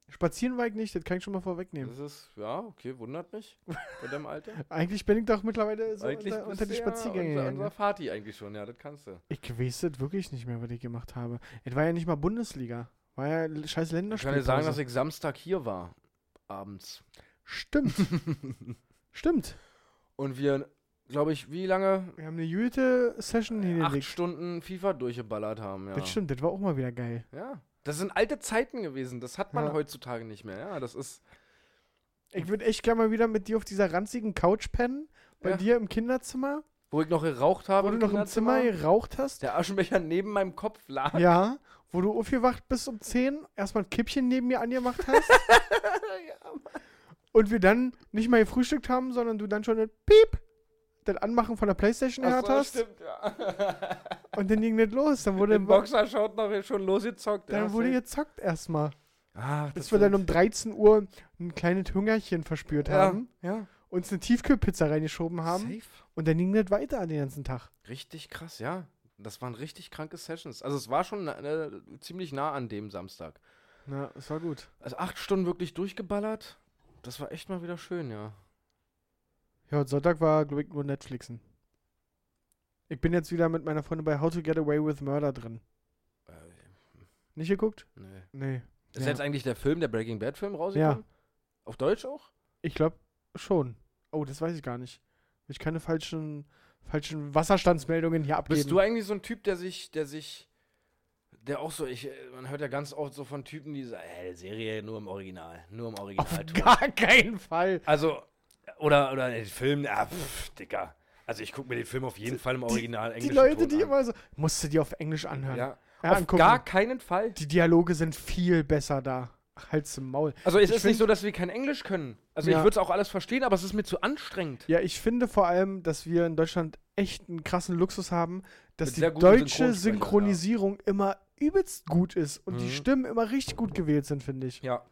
Speaker 3: Spazieren war ich nicht, das kann ich schon mal vorwegnehmen.
Speaker 4: das ist, ja, okay, wundert mich. Bei deinem Alter.
Speaker 3: Eigentlich bin ich doch mittlerweile [laughs] so
Speaker 4: Eigentlich
Speaker 3: unter,
Speaker 4: bist
Speaker 3: unter die
Speaker 4: du ja
Speaker 3: Spaziergänge.
Speaker 4: Unser,
Speaker 3: gegangen. ne?
Speaker 4: unser Vati eigentlich schon, ja, das kannst du.
Speaker 3: Ich weiß das wirklich nicht mehr, was ich gemacht habe. Es war ja nicht mal Bundesliga. War ja l- scheiß
Speaker 4: Ich
Speaker 3: Länderspiel.
Speaker 4: kann dir sagen, dass ich Samstag hier war. Abends. [laughs]
Speaker 3: Stimmt. Stimmt.
Speaker 4: Und wir, glaube ich, wie lange?
Speaker 3: Wir haben eine gute Session
Speaker 4: Acht
Speaker 3: hingelegt.
Speaker 4: Stunden FIFA durchgeballert haben, ja.
Speaker 3: Das stimmt, das war auch mal wieder geil.
Speaker 4: Ja. Das sind alte Zeiten gewesen. Das hat man
Speaker 3: Ja.
Speaker 4: heutzutage nicht mehr. Ja, das ist.
Speaker 3: Ich würde echt gerne mal wieder mit dir auf dieser ranzigen Couch pennen. Bei
Speaker 4: Ja.
Speaker 3: dir im Kinderzimmer,
Speaker 4: Wo ich noch geraucht habe.
Speaker 3: wo du noch im Zimmer
Speaker 4: Kinderzimmer,
Speaker 3: geraucht hast.
Speaker 4: Der Aschenbecher neben meinem Kopf lag. [laughs]
Speaker 3: Ja, wo du aufgewacht bist um 10, erstmal ein Kippchen neben mir angemacht hast.
Speaker 4: [laughs]
Speaker 3: und wir dann nicht mal gefrühstückt haben, sondern du dann schon ein Piep, das Anmachen von der Playstation
Speaker 4: Ach
Speaker 3: gehört
Speaker 4: so,
Speaker 3: hast.
Speaker 4: stimmt, ja.
Speaker 3: Und dann ging das los. Dann
Speaker 4: [laughs]
Speaker 3: wurde,
Speaker 4: Den Boxer schaut noch schon losgezockt.
Speaker 3: dann wurde
Speaker 4: halt
Speaker 3: gezockt erstmal.
Speaker 4: Ach,
Speaker 3: Bis wir dann um 13 Uhr ein kleines Hungerchen verspürt
Speaker 4: Ja.
Speaker 3: haben,
Speaker 4: Ja.
Speaker 3: uns eine Tiefkühlpizza reingeschoben haben.
Speaker 4: Safe.
Speaker 3: Und dann ging das weiter den ganzen Tag.
Speaker 4: Richtig krass, ja. Das waren richtig kranke Sessions. Also es war schon äh, ziemlich nah an dem Samstag.
Speaker 3: Na, es war gut.
Speaker 4: Also acht Stunden wirklich durchgeballert. Das war echt mal wieder schön, ja.
Speaker 3: Ja, und Sonntag war, glaube ich, nur Netflixen. Ich bin jetzt wieder mit meiner Freundin bei How to Get Away with Murder drin.
Speaker 4: Äh,
Speaker 3: Nicht geguckt?
Speaker 4: nee.
Speaker 3: Nee.
Speaker 4: Ist
Speaker 3: Ja.
Speaker 4: jetzt eigentlich der Film, der Breaking Bad Film rausgekommen? Auf Deutsch auch?
Speaker 3: Ich glaube schon. Oh, das weiß ich gar nicht. Ich kann keine falschen, falschen Wasserstandsmeldungen hier abgeben.
Speaker 4: Bist du eigentlich so ein Typ, der sich, der sich, der auch so, ich, äh, man hört ja ganz oft so von Typen, die sagen, äh, Serie nur im Original, nur im Original.
Speaker 3: Auf gar keinen Fall.
Speaker 4: Also, oder, oder den Film, ah, pff, Dicker. Also ich gucke mir den Film auf jeden Fall im Original
Speaker 3: Die
Speaker 4: englischen
Speaker 3: Leute,
Speaker 4: Ton
Speaker 3: die
Speaker 4: an.
Speaker 3: immer so. Musst du die auf Englisch anhören.
Speaker 4: Ja.
Speaker 3: Ja,
Speaker 4: auf
Speaker 3: angucken.
Speaker 4: gar keinen Fall.
Speaker 3: Die Dialoge sind viel besser da. Ach, Halt's im Maul.
Speaker 4: Also es
Speaker 3: Ich
Speaker 4: ist nicht
Speaker 3: find-
Speaker 4: so, dass wir kein Englisch können. Also
Speaker 3: Ja.
Speaker 4: ich würde es auch alles verstehen, aber es ist mir zu anstrengend.
Speaker 3: Ja, ich finde vor allem, dass wir in Deutschland echt einen krassen Luxus haben, dass
Speaker 4: Mit
Speaker 3: die
Speaker 4: sehr guten
Speaker 3: deutsche
Speaker 4: Synchronsprechern,
Speaker 3: Synchronisierung immer übelst gut ist und die
Speaker 4: Mhm.
Speaker 3: Stimmen immer richtig gut gewählt sind, finde ich.
Speaker 4: Ja.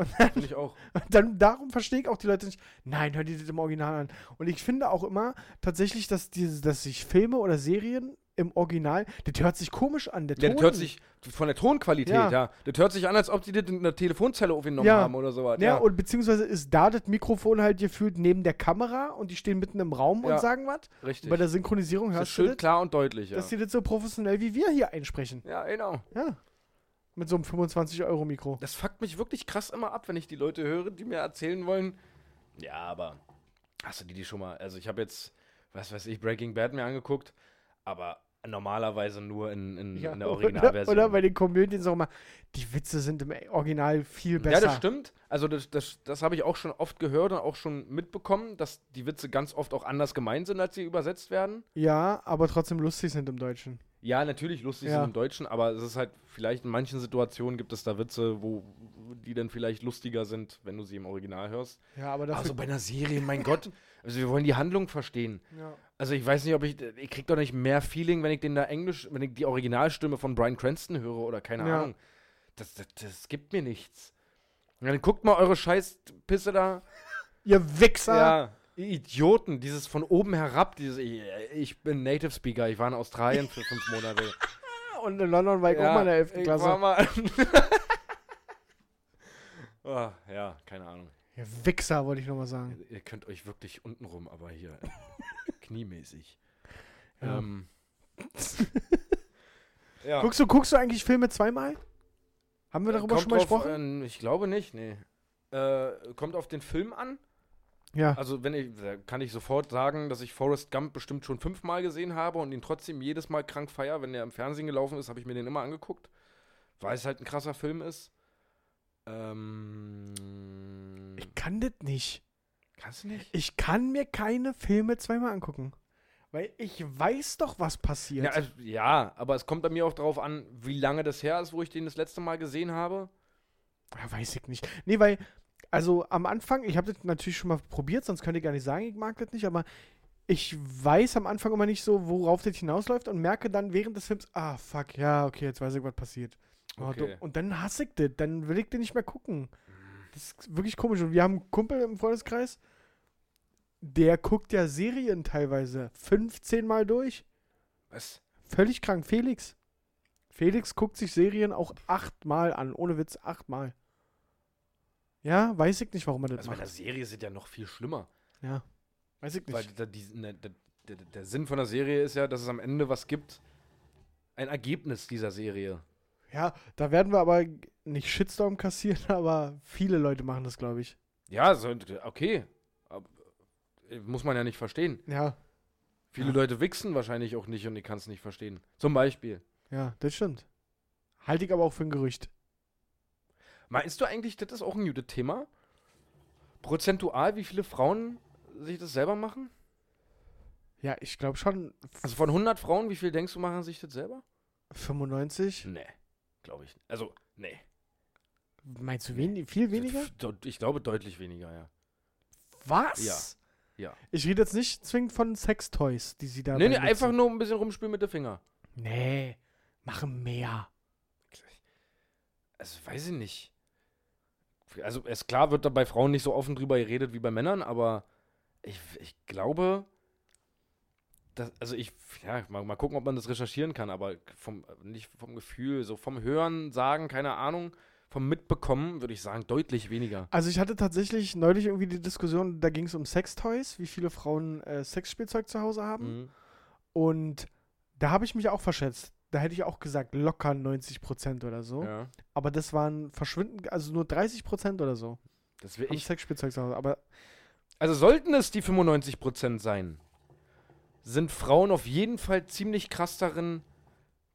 Speaker 4: [laughs]
Speaker 3: Und
Speaker 4: Finde ich auch.
Speaker 3: Und [laughs] dann darum verstehe ich auch die Leute nicht. Nein, hör dir das im Original an. Und ich finde auch immer tatsächlich, dass diese, dass sich Filme oder Serien im Original, das hört sich komisch an. Der
Speaker 4: Ja,
Speaker 3: Ton,
Speaker 4: das hört sich von der Tonqualität,
Speaker 3: Ja.
Speaker 4: ja. Das hört sich an, als ob die das in einer Telefonzelle aufgenommen
Speaker 3: Ja.
Speaker 4: haben oder sowas.
Speaker 3: Ja, Ne, und beziehungsweise ist da das Mikrofon halt gefühlt neben der Kamera und die stehen mitten im Raum
Speaker 4: Ja.
Speaker 3: und sagen was.
Speaker 4: richtig.
Speaker 3: Bei der Synchronisierung
Speaker 4: das ist
Speaker 3: hörst du
Speaker 4: schön
Speaker 3: das,
Speaker 4: klar und deutlich, ja.
Speaker 3: dass die das so professionell wie wir hier einsprechen.
Speaker 4: Ja, genau.
Speaker 3: Ja. Mit so einem 25-Euro-Mikro.
Speaker 4: Das fuckt mich wirklich krass immer ab, wenn ich die Leute höre, die mir erzählen wollen. Ja, aber hast du die, die schon mal? Also ich habe jetzt, was weiß ich, Breaking Bad mir angeguckt, aber normalerweise nur in, in, in der Originalversion.
Speaker 3: Oder, oder bei den Komödien sag mal, die Witze sind im Original viel besser.
Speaker 4: Ja, das stimmt. Also das, das, das habe ich auch schon oft gehört und auch schon mitbekommen, dass die Witze ganz oft auch anders gemeint sind, als sie übersetzt werden.
Speaker 3: Ja, aber trotzdem lustig sind im Deutschen.
Speaker 4: Ja, natürlich lustig
Speaker 3: Ja.
Speaker 4: sind im Deutschen, aber es ist halt vielleicht in manchen Situationen gibt es da Witze, wo die dann vielleicht lustiger sind, wenn du sie im Original hörst.
Speaker 3: Ja, aber dafür.
Speaker 4: Also bei einer Serie,
Speaker 3: [laughs]
Speaker 4: mein Gott. Also wir wollen die Handlung verstehen.
Speaker 3: ja.
Speaker 4: Also ich weiß nicht, ob ich. Ich krieg doch nicht mehr Feeling, wenn ich den da Englisch, wenn ich die Originalstimme von Brian Cranston höre oder keine
Speaker 3: Ja.
Speaker 4: Ahnung. Das, das, das gibt mir nichts. Und dann guckt mal eure Scheißpisse da.
Speaker 3: Ihr Wichser!
Speaker 4: Ja. Ihr Idioten, dieses von oben herab, dieses, ich, ich bin Native Speaker, ich war in Australien für fünf Monate.
Speaker 3: Und in London war [laughs] ich auch mal in der 11.
Speaker 4: ich War
Speaker 3: Klasse.
Speaker 4: mal [laughs] Ah, ja, keine Ahnung.
Speaker 3: Ihr Wichser, wollte ich nochmal sagen.
Speaker 4: Ihr könnt euch wirklich unten rum, aber hier äh, kniemäßig.
Speaker 3: [laughs] Ja.
Speaker 4: Ähm, [laughs] ja. Äh,
Speaker 3: Guckst, du, guckst du eigentlich Filme zweimal? Haben wir darüber
Speaker 4: Kommt
Speaker 3: schon mal
Speaker 4: drauf
Speaker 3: gesprochen?
Speaker 4: an, ich glaube nicht, nee. Äh, kommt auf den Film an.
Speaker 3: ja.
Speaker 4: Also, wenn ich, da kann ich sofort sagen, dass ich Forrest Gump bestimmt schon fünfmal gesehen habe und ihn trotzdem jedes Mal krank feier. Wenn der im Fernsehen gelaufen ist, habe ich mir den immer angeguckt. Weil es halt ein krasser Film ist. Ähm.
Speaker 3: Ich kann das nicht.
Speaker 4: Kannst du nicht?
Speaker 3: Ich kann mir keine Filme zweimal angucken. Weil ich weiß doch, was passiert.
Speaker 4: Ja, also, ja, aber es kommt bei mir auch drauf an, wie lange das her ist, wo ich den das letzte Mal gesehen habe.
Speaker 3: Ja, weiß ich nicht. Nee, weil, also am Anfang, ich habe das natürlich schon mal probiert, sonst könnte ich gar nicht sagen, ich mag das nicht, aber ich weiß am Anfang immer nicht so, worauf das hinausläuft und merke dann während des Films, ah, fuck, ja, okay, jetzt weiß ich, was passiert. Oh,
Speaker 4: Okay.
Speaker 3: du- Und dann hasse ich das, dann will ich den nicht mehr gucken. Das ist wirklich komisch. Und wir haben einen Kumpel im Freundeskreis, der guckt ja Serien teilweise 15 Mal durch.
Speaker 4: Was?
Speaker 3: Völlig krank. Felix. Felix guckt sich Serien auch achtmal an. Ohne Witz, achtmal. Ja, weiß ich nicht, warum er das
Speaker 4: Also, bei einer
Speaker 3: macht.
Speaker 4: Serie sind ja noch viel schlimmer.
Speaker 3: Weiß ich
Speaker 4: Weil
Speaker 3: nicht.
Speaker 4: da, die, ne, da, der, der Sinn von der Serie ist ja, dass es am Ende was gibt. Ein Ergebnis dieser Serie.
Speaker 3: Ja, da werden wir aber g- nicht Shitstorm kassieren, [laughs] aber viele Leute machen das, glaube ich.
Speaker 4: Ja, so, okay. Aber, äh, muss man ja nicht verstehen.
Speaker 3: Ja,
Speaker 4: Viele
Speaker 3: Ja.
Speaker 4: Leute wichsen wahrscheinlich auch nicht und ich kann es nicht verstehen. Zum Beispiel.
Speaker 3: ja, das stimmt. Halte ich aber auch für ein Gerücht.
Speaker 4: Meinst du eigentlich, das ist auch ein gutes Thema? Prozentual, wie viele Frauen sich das selber machen?
Speaker 3: Ja, ich glaube schon
Speaker 4: Also von 100 Frauen, wie viel denkst du, machen sich das selber?
Speaker 3: 95.
Speaker 4: Nee, glaube ich. Also, nee.
Speaker 3: Meinst du wen viel weniger?
Speaker 4: Deut- Ich glaube deutlich weniger, ja.
Speaker 3: Was?
Speaker 4: Ja. Ja.
Speaker 3: Ich rede jetzt nicht zwingend von Sextoys, die sie da
Speaker 4: nee, nee,
Speaker 3: benutzen.
Speaker 4: einfach nur ein bisschen rumspielen mit den Finger.
Speaker 3: Nee, machen mehr.
Speaker 4: Also weiß ich nicht. Also ist klar, wird da bei Frauen nicht so offen drüber geredet wie bei Männern, aber ich, ich glaube, dass, also ich, ja, mal, mal gucken, ob man das recherchieren kann, aber vom, nicht vom Gefühl, so vom Hören, Sagen, keine Ahnung, vom Mitbekommen würde ich sagen, deutlich weniger.
Speaker 3: Also ich hatte tatsächlich neulich irgendwie die Diskussion, da ging es um Sextoys, wie viele Frauen äh, Sexspielzeug zu Hause haben.
Speaker 4: Mhm.
Speaker 3: Und da habe ich mich auch verschätzt. Da hätte ich auch gesagt, locker 90 Prozent oder so.
Speaker 4: Ja.
Speaker 3: Aber das waren verschwindend, also nur 30 Prozent oder so.
Speaker 4: Das will
Speaker 3: Haben
Speaker 4: ich.
Speaker 3: Sexspielzeug zu Hause. Aber
Speaker 4: Also sollten es die 95% sein, sind Frauen auf jeden Fall ziemlich krass darin,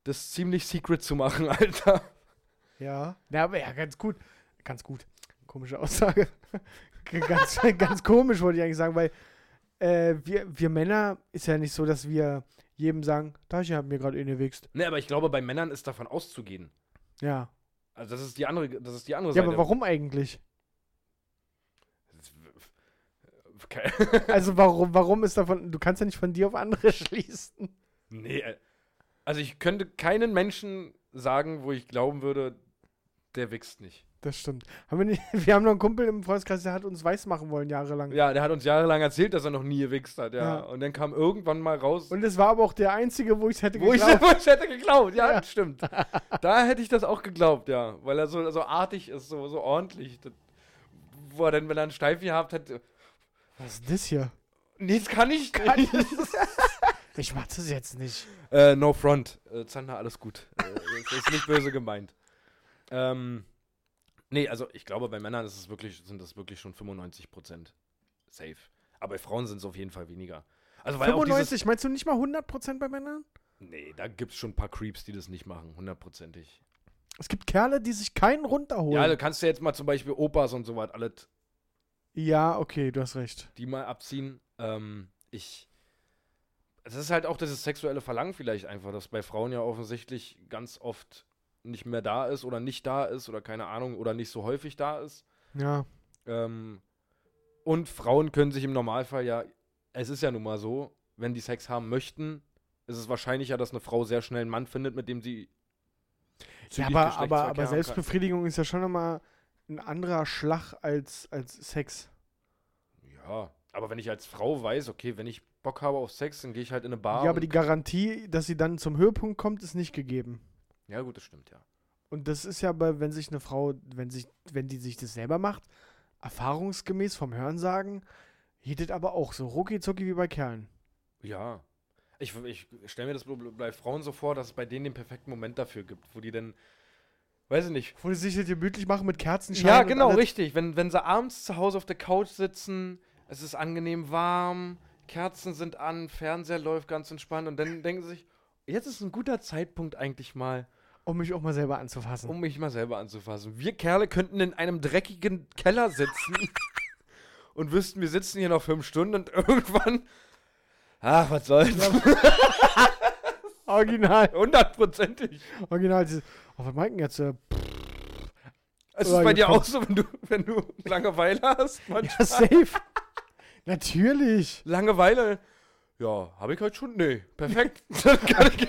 Speaker 4: das ziemlich secret zu machen, [laughs] Alter.
Speaker 3: ja. Ja, aber ja, ganz gut. Ganz gut. Komische Aussage. [laughs] ganz, ganz komisch wollte ich eigentlich sagen, weil äh, wir, wir Männer ist ja nicht so, dass wir jedem sagen, da hat mir eh gerade ingewichst.
Speaker 4: Ne, aber ich glaube, bei Männern ist davon auszugehen.
Speaker 3: Ja.
Speaker 4: Also das ist die andere, das ist die andere
Speaker 3: Ja,
Speaker 4: Seite.
Speaker 3: aber warum eigentlich?
Speaker 4: Ke- [laughs]
Speaker 3: Also warum, warum ist davon, du kannst ja nicht von dir auf andere [laughs] schließen.
Speaker 4: nee. äh, Also ich könnte keinen Menschen sagen, wo ich glauben würde, der wächst nicht.
Speaker 3: Das stimmt. Haben wir, nicht, wir haben noch einen Kumpel im Freundeskreis, der hat uns weiß machen wollen jahrelang.
Speaker 4: Ja, der hat uns jahrelang erzählt, dass er noch nie gewichst hat, ja.
Speaker 3: Ja.
Speaker 4: Und dann kam irgendwann mal raus,
Speaker 3: Und es war aber auch der einzige, wo ich es hätte
Speaker 4: wo ich, [laughs]
Speaker 3: geglaubt.
Speaker 4: wo ich hätte geglaubt. Ja,
Speaker 3: Ja. [laughs]
Speaker 4: stimmt. Da hätte ich das auch geglaubt, ja. Weil er so, so artig ist, so, so ordentlich. Das, wo er dann, wenn er einen Steif gehabt hat,
Speaker 3: Was ist das hier?
Speaker 4: nee, das kann [laughs] ich nicht.
Speaker 3: Ich mach das jetzt nicht.
Speaker 4: Äh, no front. Äh, Zander, alles gut. Äh, das ist nicht böse gemeint. Ähm, nee, also ich glaube, bei Männern ist es wirklich, sind das wirklich schon 95 Prozent safe. Aber bei Frauen sind es auf jeden Fall weniger. Also weil auch dieses,
Speaker 3: 95, meinst du nicht mal 100% bei Männern?
Speaker 4: Nee, da gibt es schon ein paar Creeps, die das nicht machen, hundertprozentig.
Speaker 3: Es gibt Kerle, die sich keinen runterholen.
Speaker 4: Ja,
Speaker 3: Ja,
Speaker 4: also kannst du jetzt mal zum Beispiel Opas und so was, alle
Speaker 3: okay, du hast recht.
Speaker 4: die mal abziehen. Ähm, ich. Es ist halt auch dieses sexuelle Verlangen vielleicht einfach, das bei Frauen ja offensichtlich ganz oft nicht mehr da ist oder nicht da ist oder keine Ahnung oder nicht so häufig da ist.
Speaker 3: Ja.
Speaker 4: Ähm, und Frauen können sich im Normalfall ja, es ist ja nun mal so, wenn die Sex haben möchten, ist es wahrscheinlicher, dass eine Frau sehr schnell einen Mann findet, mit dem sie.
Speaker 3: ja
Speaker 4: zügig
Speaker 3: aber, aber,
Speaker 4: Geschlechtsverkehr
Speaker 3: aber
Speaker 4: haben
Speaker 3: Selbstbefriedigung ist ja schon nochmal ein anderer Schlag als, als Sex.
Speaker 4: kann. Ja, aber wenn ich als Frau weiß, okay, wenn ich Bock habe auf Sex, dann gehe ich halt in eine Bar.
Speaker 3: Ja, aber die
Speaker 4: und,
Speaker 3: Garantie, dass sie dann zum Höhepunkt kommt, ist nicht gegeben.
Speaker 4: ja gut, das stimmt, ja.
Speaker 3: Und das ist ja bei, wenn sich eine Frau, wenn sich, wenn die sich das selber macht, erfahrungsgemäß vom Hörensagen, geht das aber auch so rucki zucki wie bei Kerlen.
Speaker 4: Ja. Ich, ich stelle mir das bl- bl- bei Frauen so vor, dass es bei denen den perfekten Moment dafür gibt, wo die dann, weiß ich nicht.
Speaker 3: Wo die sich das gemütlich machen mit Kerzenschein.
Speaker 4: Ja,
Speaker 3: und
Speaker 4: genau,
Speaker 3: alles.
Speaker 4: richtig. Wenn, wenn sie abends zu Hause auf der Couch sitzen, es ist angenehm warm, Kerzen sind an, Fernseher läuft ganz entspannt und dann denken sie sich, jetzt ist ein guter Zeitpunkt eigentlich mal,
Speaker 3: Um mich auch mal selber anzufassen.
Speaker 4: um mich mal selber anzufassen. Wir Kerle könnten in einem dreckigen Keller sitzen [laughs] und wüssten, wir sitzen hier noch fünf Stunden und irgendwann, ach, was soll's,
Speaker 3: Original.
Speaker 4: hundertprozentig.
Speaker 3: Original. dieses- Oh, was meinten jetzt? äh, pff,
Speaker 4: Es ist
Speaker 3: Oder
Speaker 4: bei dir
Speaker 3: gekommen.
Speaker 4: auch so, wenn du, wenn du [laughs] Langeweile hast. Manchmal.
Speaker 3: Ja, [laughs] safe. Natürlich.
Speaker 4: Langeweile. Ja, habe ich heute schon. Nee, perfekt.
Speaker 3: [laughs]
Speaker 4: Dann kann ich-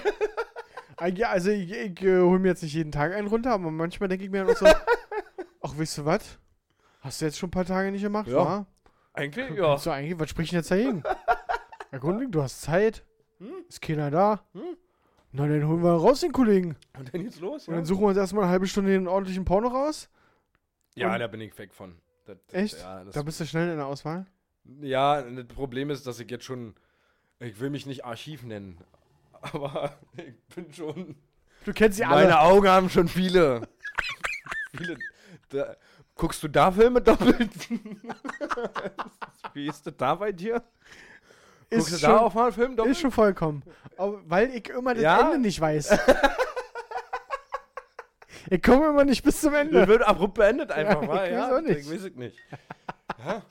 Speaker 3: Eig- ja, Also ich, ich äh, hole mir jetzt nicht jeden Tag einen runter, aber manchmal denke ich mir dann
Speaker 4: [laughs]
Speaker 3: auch so, ach, weißt du was? Hast du jetzt schon ein paar Tage nicht gemacht,
Speaker 4: Ja.
Speaker 3: wa?
Speaker 4: Eigentlich, ja.
Speaker 3: So, eigentlich, was spricht denn jetzt
Speaker 4: [laughs]
Speaker 3: dagegen? Herr Grundling, du hast Zeit.
Speaker 4: Hm?
Speaker 3: Ist keiner da. Na, dann holen wir raus den Kollegen.
Speaker 4: Und dann geht's
Speaker 3: Und
Speaker 4: los. Hm? Ja,
Speaker 3: dann suchen wir uns erstmal eine halbe Stunde den ordentlichen Porno raus.
Speaker 4: ja da bin ich weg von. Das, das-
Speaker 3: Echt?
Speaker 4: Ja das,
Speaker 3: Da bist du schnell in der Auswahl.
Speaker 4: ja, das Problem ist, dass ich jetzt schon. Ich will mich nicht Archiv nennen. [laughs] Aber ich bin schon.
Speaker 3: Du kennst die alle.
Speaker 4: Meine Augen haben schon viele. viele. Da, guckst du da Filme doppelt? [laughs] Wie ist das da bei dir? Guckst du
Speaker 3: Ist
Speaker 4: da
Speaker 3: schon,
Speaker 4: auch mal einen Film doppelt?
Speaker 3: ist schon vollkommen. Aber weil ich immer das
Speaker 4: Ja?
Speaker 3: Ende nicht
Speaker 4: [laughs]
Speaker 3: weiß. ich komme immer nicht bis zum
Speaker 4: Das
Speaker 3: Ende.
Speaker 4: wird abrupt beendet einfach
Speaker 3: Ja,
Speaker 4: mal.
Speaker 3: ich
Speaker 4: Ja,
Speaker 3: weiß auch nicht.
Speaker 4: Ich weiß ich nicht. Ja.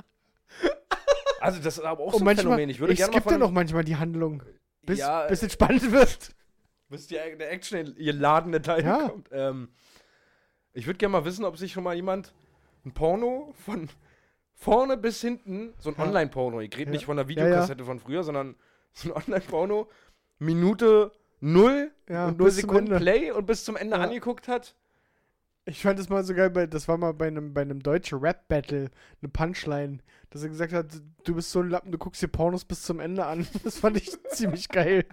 Speaker 4: Also das ist aber auch
Speaker 3: Und
Speaker 4: so ein
Speaker 3: manchmal,
Speaker 4: Phänomen. Ich würde gerne mal
Speaker 3: skippe
Speaker 4: von
Speaker 3: noch manchmal die Handlung, bis,
Speaker 4: ja, äh,
Speaker 3: bis es spannend wird.
Speaker 4: bis die, der Action geladene Teil
Speaker 3: Ja.
Speaker 4: kommt. Ähm, ich würde gerne mal wissen, ob sich schon mal jemand ein Porno von vorne bis hinten, so ein
Speaker 3: Ja.
Speaker 4: Online-Porno, ich rede
Speaker 3: Ja.
Speaker 4: nicht von der
Speaker 3: Ja, ja.
Speaker 4: Videokassette von früher, sondern so ein Online-Porno, Minute null
Speaker 3: Ja,
Speaker 4: und null
Speaker 3: bis zum
Speaker 4: Sekunden
Speaker 3: Ende.
Speaker 4: Play und bis zum Ende
Speaker 3: Ja.
Speaker 4: angeguckt hat.
Speaker 3: Ich fand das mal so geil, bei, das war mal bei einem, bei einem deutschen Rap-Battle, eine Punchline, dass er gesagt hat, du bist so ein Lappen, du guckst dir Pornos bis zum Ende an. [laughs] Das fand ich ziemlich geil.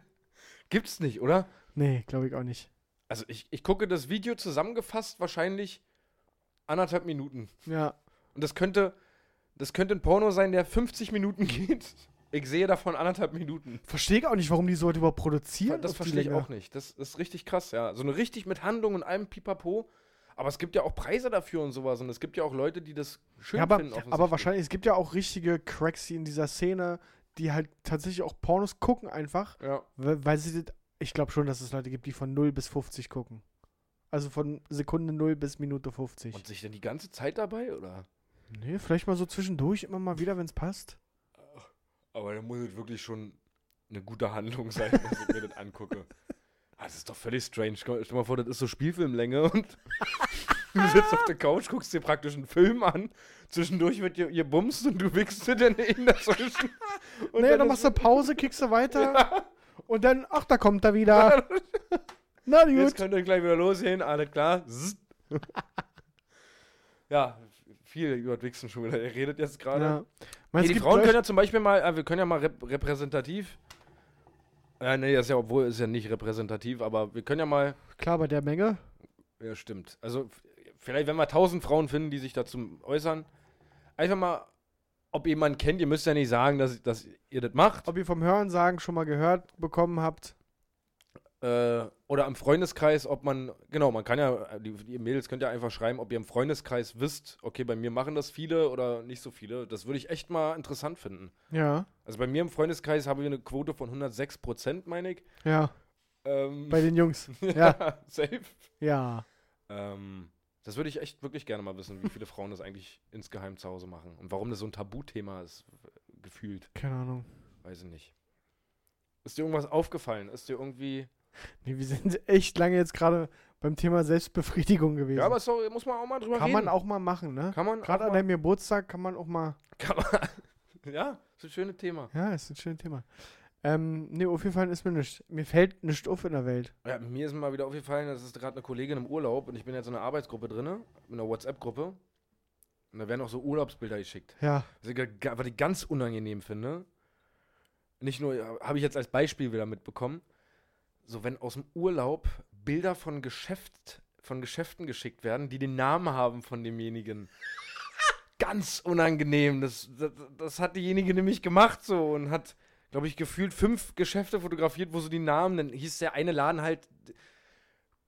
Speaker 4: Gibt's nicht, oder?
Speaker 3: Nee, glaube ich auch nicht.
Speaker 4: Also ich, ich gucke das Video zusammengefasst wahrscheinlich anderthalb Minuten.
Speaker 3: Ja.
Speaker 4: Und das könnte, das könnte ein Porno sein, der 50 Minuten [laughs] geht. Ich sehe davon anderthalb Minuten.
Speaker 3: Verstehe ich auch nicht, warum die so überhaupt produzieren.
Speaker 4: das
Speaker 3: auf die
Speaker 4: verstehe ich
Speaker 3: Länge.
Speaker 4: auch nicht. Das ist richtig krass, ja. So eine richtig mit Handlung und allem Pipapo. Aber es gibt ja auch Preise dafür und sowas. Und es gibt ja auch Leute, die das schön
Speaker 3: Ja, aber,
Speaker 4: finden.
Speaker 3: aber
Speaker 4: offensichtlich.
Speaker 3: wahrscheinlich, es gibt ja auch richtige Cracks die in dieser Szene, die halt tatsächlich auch Pornos gucken einfach,
Speaker 4: Ja.
Speaker 3: weil, weil sie das, ich glaube schon, dass es Leute gibt, die von 0 bis 50 gucken. Also von Sekunde 0 bis Minute 50.
Speaker 4: Und sich denn die ganze Zeit dabei, oder?
Speaker 3: Nee, vielleicht mal so zwischendurch immer mal wieder, wenn es passt.
Speaker 4: Aber da muss es wirklich schon eine gute Handlung sein, wenn ich mir das angucke. Ah, Das ist doch völlig strange. Stell dir mal vor, das ist so Spielfilmlänge und [laughs] du sitzt auf der Couch, guckst dir praktisch einen Film an. Zwischendurch wird ihr, ihr bumst und du wickst dir dann eben
Speaker 3: [laughs]
Speaker 4: dazwischen. Und
Speaker 3: Und naja, dann
Speaker 4: ist-
Speaker 3: machst du Pause, kickst du weiter. Und dann, ach, da kommt er
Speaker 4: [laughs]
Speaker 3: wieder. Na
Speaker 4: Jetzt
Speaker 3: gut.
Speaker 4: könnt ihr gleich wieder losgehen, alles klar. Zzzt. [laughs] ja, viel über das Wichsen schon wieder. Er redet jetzt gerade.
Speaker 3: Ja.
Speaker 4: Nee,
Speaker 3: Meinst,
Speaker 4: die
Speaker 3: gibt
Speaker 4: Frauen
Speaker 3: Leute-
Speaker 4: können ja zum Beispiel mal, äh, wir können ja mal rep repräsentativ. Ja, nee, das ist ja, obwohl ist ja nicht repräsentativ, aber wir können ja mal.
Speaker 3: Klar, bei der Menge.
Speaker 4: Ja, stimmt. Also, f- vielleicht, wenn wir tausend Frauen finden, die sich dazu äußern, einfach mal, ob ihr jemanden kennt, ihr müsst ja nicht sagen, dass, dass ihr das macht.
Speaker 3: Ob ihr vom Hörensagen schon mal gehört bekommen habt.
Speaker 4: äh, oder im Freundeskreis, ob man, genau, man kann ja, die, die Mädels könnt ja einfach schreiben, ob ihr im Freundeskreis wisst, okay, bei mir machen das viele oder nicht so viele. Das würde ich echt mal interessant finden.
Speaker 3: Ja.
Speaker 4: Also bei mir im Freundeskreis haben wir eine Quote von 106 Prozent, meine ich.
Speaker 3: Ja.
Speaker 4: Ähm, [laughs]
Speaker 3: Bei den Jungs. Ja.
Speaker 4: safe.
Speaker 3: ja.
Speaker 4: Ähm, das würde ich echt wirklich gerne mal wissen, wie viele Frauen das eigentlich insgeheim zu Hause machen und warum das so ein Tabuthema ist, w- gefühlt.
Speaker 3: Keine Ahnung.
Speaker 4: Weiß ich nicht. Ist dir irgendwas aufgefallen? Ist dir irgendwie.
Speaker 3: Nee, wir sind echt lange jetzt gerade beim Thema Selbstbefriedigung gewesen.
Speaker 4: Ja, aber sorry, muss man auch mal drüber
Speaker 3: kann
Speaker 4: reden.
Speaker 3: man auch mal machen, ne?
Speaker 4: Kann man
Speaker 3: Gerade
Speaker 4: auch
Speaker 3: an deinem Geburtstag kann man auch mal.
Speaker 4: Kann man, [laughs] ja, ist ein schönes Thema.
Speaker 3: Ja, ist ein schönes Thema. Ähm, nee, aufgefallen ist mir nicht. Mir fällt nichts auf in der Welt.
Speaker 4: Ja, mir ist mal wieder aufgefallen, das ist gerade eine Kollegin im Urlaub und ich bin jetzt in einer Arbeitsgruppe drin, in einer WhatsApp-Gruppe. Und da werden auch so Urlaubsbilder geschickt.
Speaker 3: Ja.
Speaker 4: Was ich, ga- was ich ganz unangenehm finde. Nicht nur, ja, habe ich jetzt als Beispiel wieder mitbekommen, so wenn aus dem Urlaub Bilder von Geschäft, von Geschäften geschickt werden, die den Namen haben von demjenigen. Ganz unangenehm. Das, das, das hat diejenige nämlich gemacht so und hat, glaube ich, gefühlt fünf Geschäfte fotografiert, wo so die Namen, dann hieß der eine Laden halt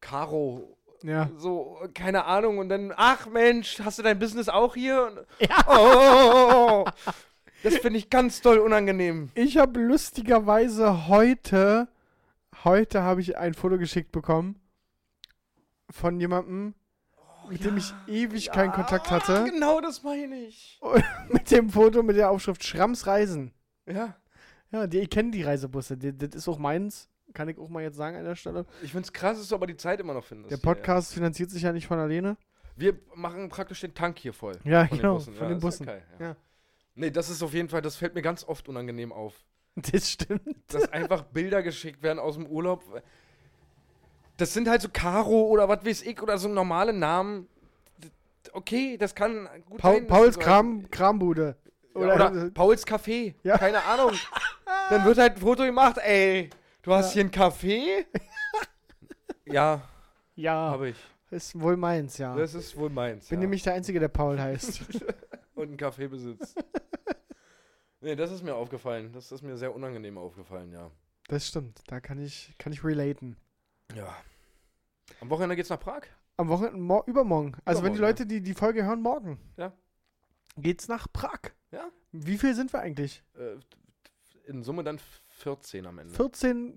Speaker 4: Caro
Speaker 3: Ja.
Speaker 4: so, keine Ahnung, und dann, ach Mensch, hast du dein Business auch hier? Und,
Speaker 2: Ja.
Speaker 4: [laughs] oh, das finde ich ganz doll unangenehm.
Speaker 3: Ich habe lustigerweise heute, heute habe ich ein Foto geschickt bekommen von jemandem,
Speaker 4: Oh,
Speaker 3: mit dem ich ewig keinen Kontakt
Speaker 4: Ah,
Speaker 3: hatte.
Speaker 4: genau das meine ich.
Speaker 3: [laughs] Mit dem Foto mit der Aufschrift Schramms Reisen.
Speaker 4: Ja,
Speaker 3: Ja, die, ich kenne die Reisebusse. Die, das ist auch meins. Kann ich auch mal jetzt sagen an der Stelle.
Speaker 4: ich finde es krass, dass du aber die Zeit immer noch findest.
Speaker 3: Der
Speaker 4: hier,
Speaker 3: Podcast finanziert sich ja nicht von alleine.
Speaker 4: Ja. Wir machen praktisch den Tank hier voll.
Speaker 3: Ja,
Speaker 4: Von
Speaker 3: genau.
Speaker 4: den
Speaker 3: Von
Speaker 4: Bussen. ja,
Speaker 3: den
Speaker 4: das ist
Speaker 3: Bussen.
Speaker 4: Ja geil, ja.
Speaker 3: Ja.
Speaker 4: Nee, das ist auf jeden Fall, das fällt mir ganz oft unangenehm auf.
Speaker 3: [laughs] Das stimmt. [laughs]
Speaker 4: Dass einfach Bilder geschickt werden aus dem Urlaub. Das sind halt so Caro oder was weiß ich oder so normale Namen. D- Okay, das kann gut
Speaker 3: Paul,
Speaker 4: sein. dass halt
Speaker 3: Pauls
Speaker 4: die Leute-
Speaker 3: Kram, Krambude.
Speaker 4: Oder,
Speaker 3: Oder,
Speaker 4: Pauls Café.
Speaker 3: Ja.
Speaker 4: Keine Ahnung.
Speaker 3: [laughs]
Speaker 4: Dann wird halt ein Foto gemacht, ey, du hast hier
Speaker 3: [laughs]
Speaker 4: ein Café? ja,
Speaker 3: ja,
Speaker 4: habe ich.
Speaker 3: ist wohl meins, ja.
Speaker 4: Das ist wohl meins.
Speaker 3: Ah. Bin
Speaker 4: ja.
Speaker 3: nämlich der Einzige, der Paul heißt.
Speaker 4: Und einen
Speaker 3: [laughs]
Speaker 4: Café besitzt. nee, das ist mir aufgefallen. Das ist mir sehr unangenehm aufgefallen, ja.
Speaker 3: Das stimmt, da kann ich, kann ich relaten.
Speaker 4: Ja. Am Wochenende geht's nach Prag.
Speaker 3: Am Wochenende, mor übermorgen. Also wenn die
Speaker 4: Übermorgen,
Speaker 3: Leute die, die Folge hören, morgen.
Speaker 4: Ja.
Speaker 3: Geht's nach Prag.
Speaker 4: Ja.
Speaker 3: Wie viel sind wir eigentlich?
Speaker 4: Äh, in Summe dann 14 am Ende.
Speaker 3: 14,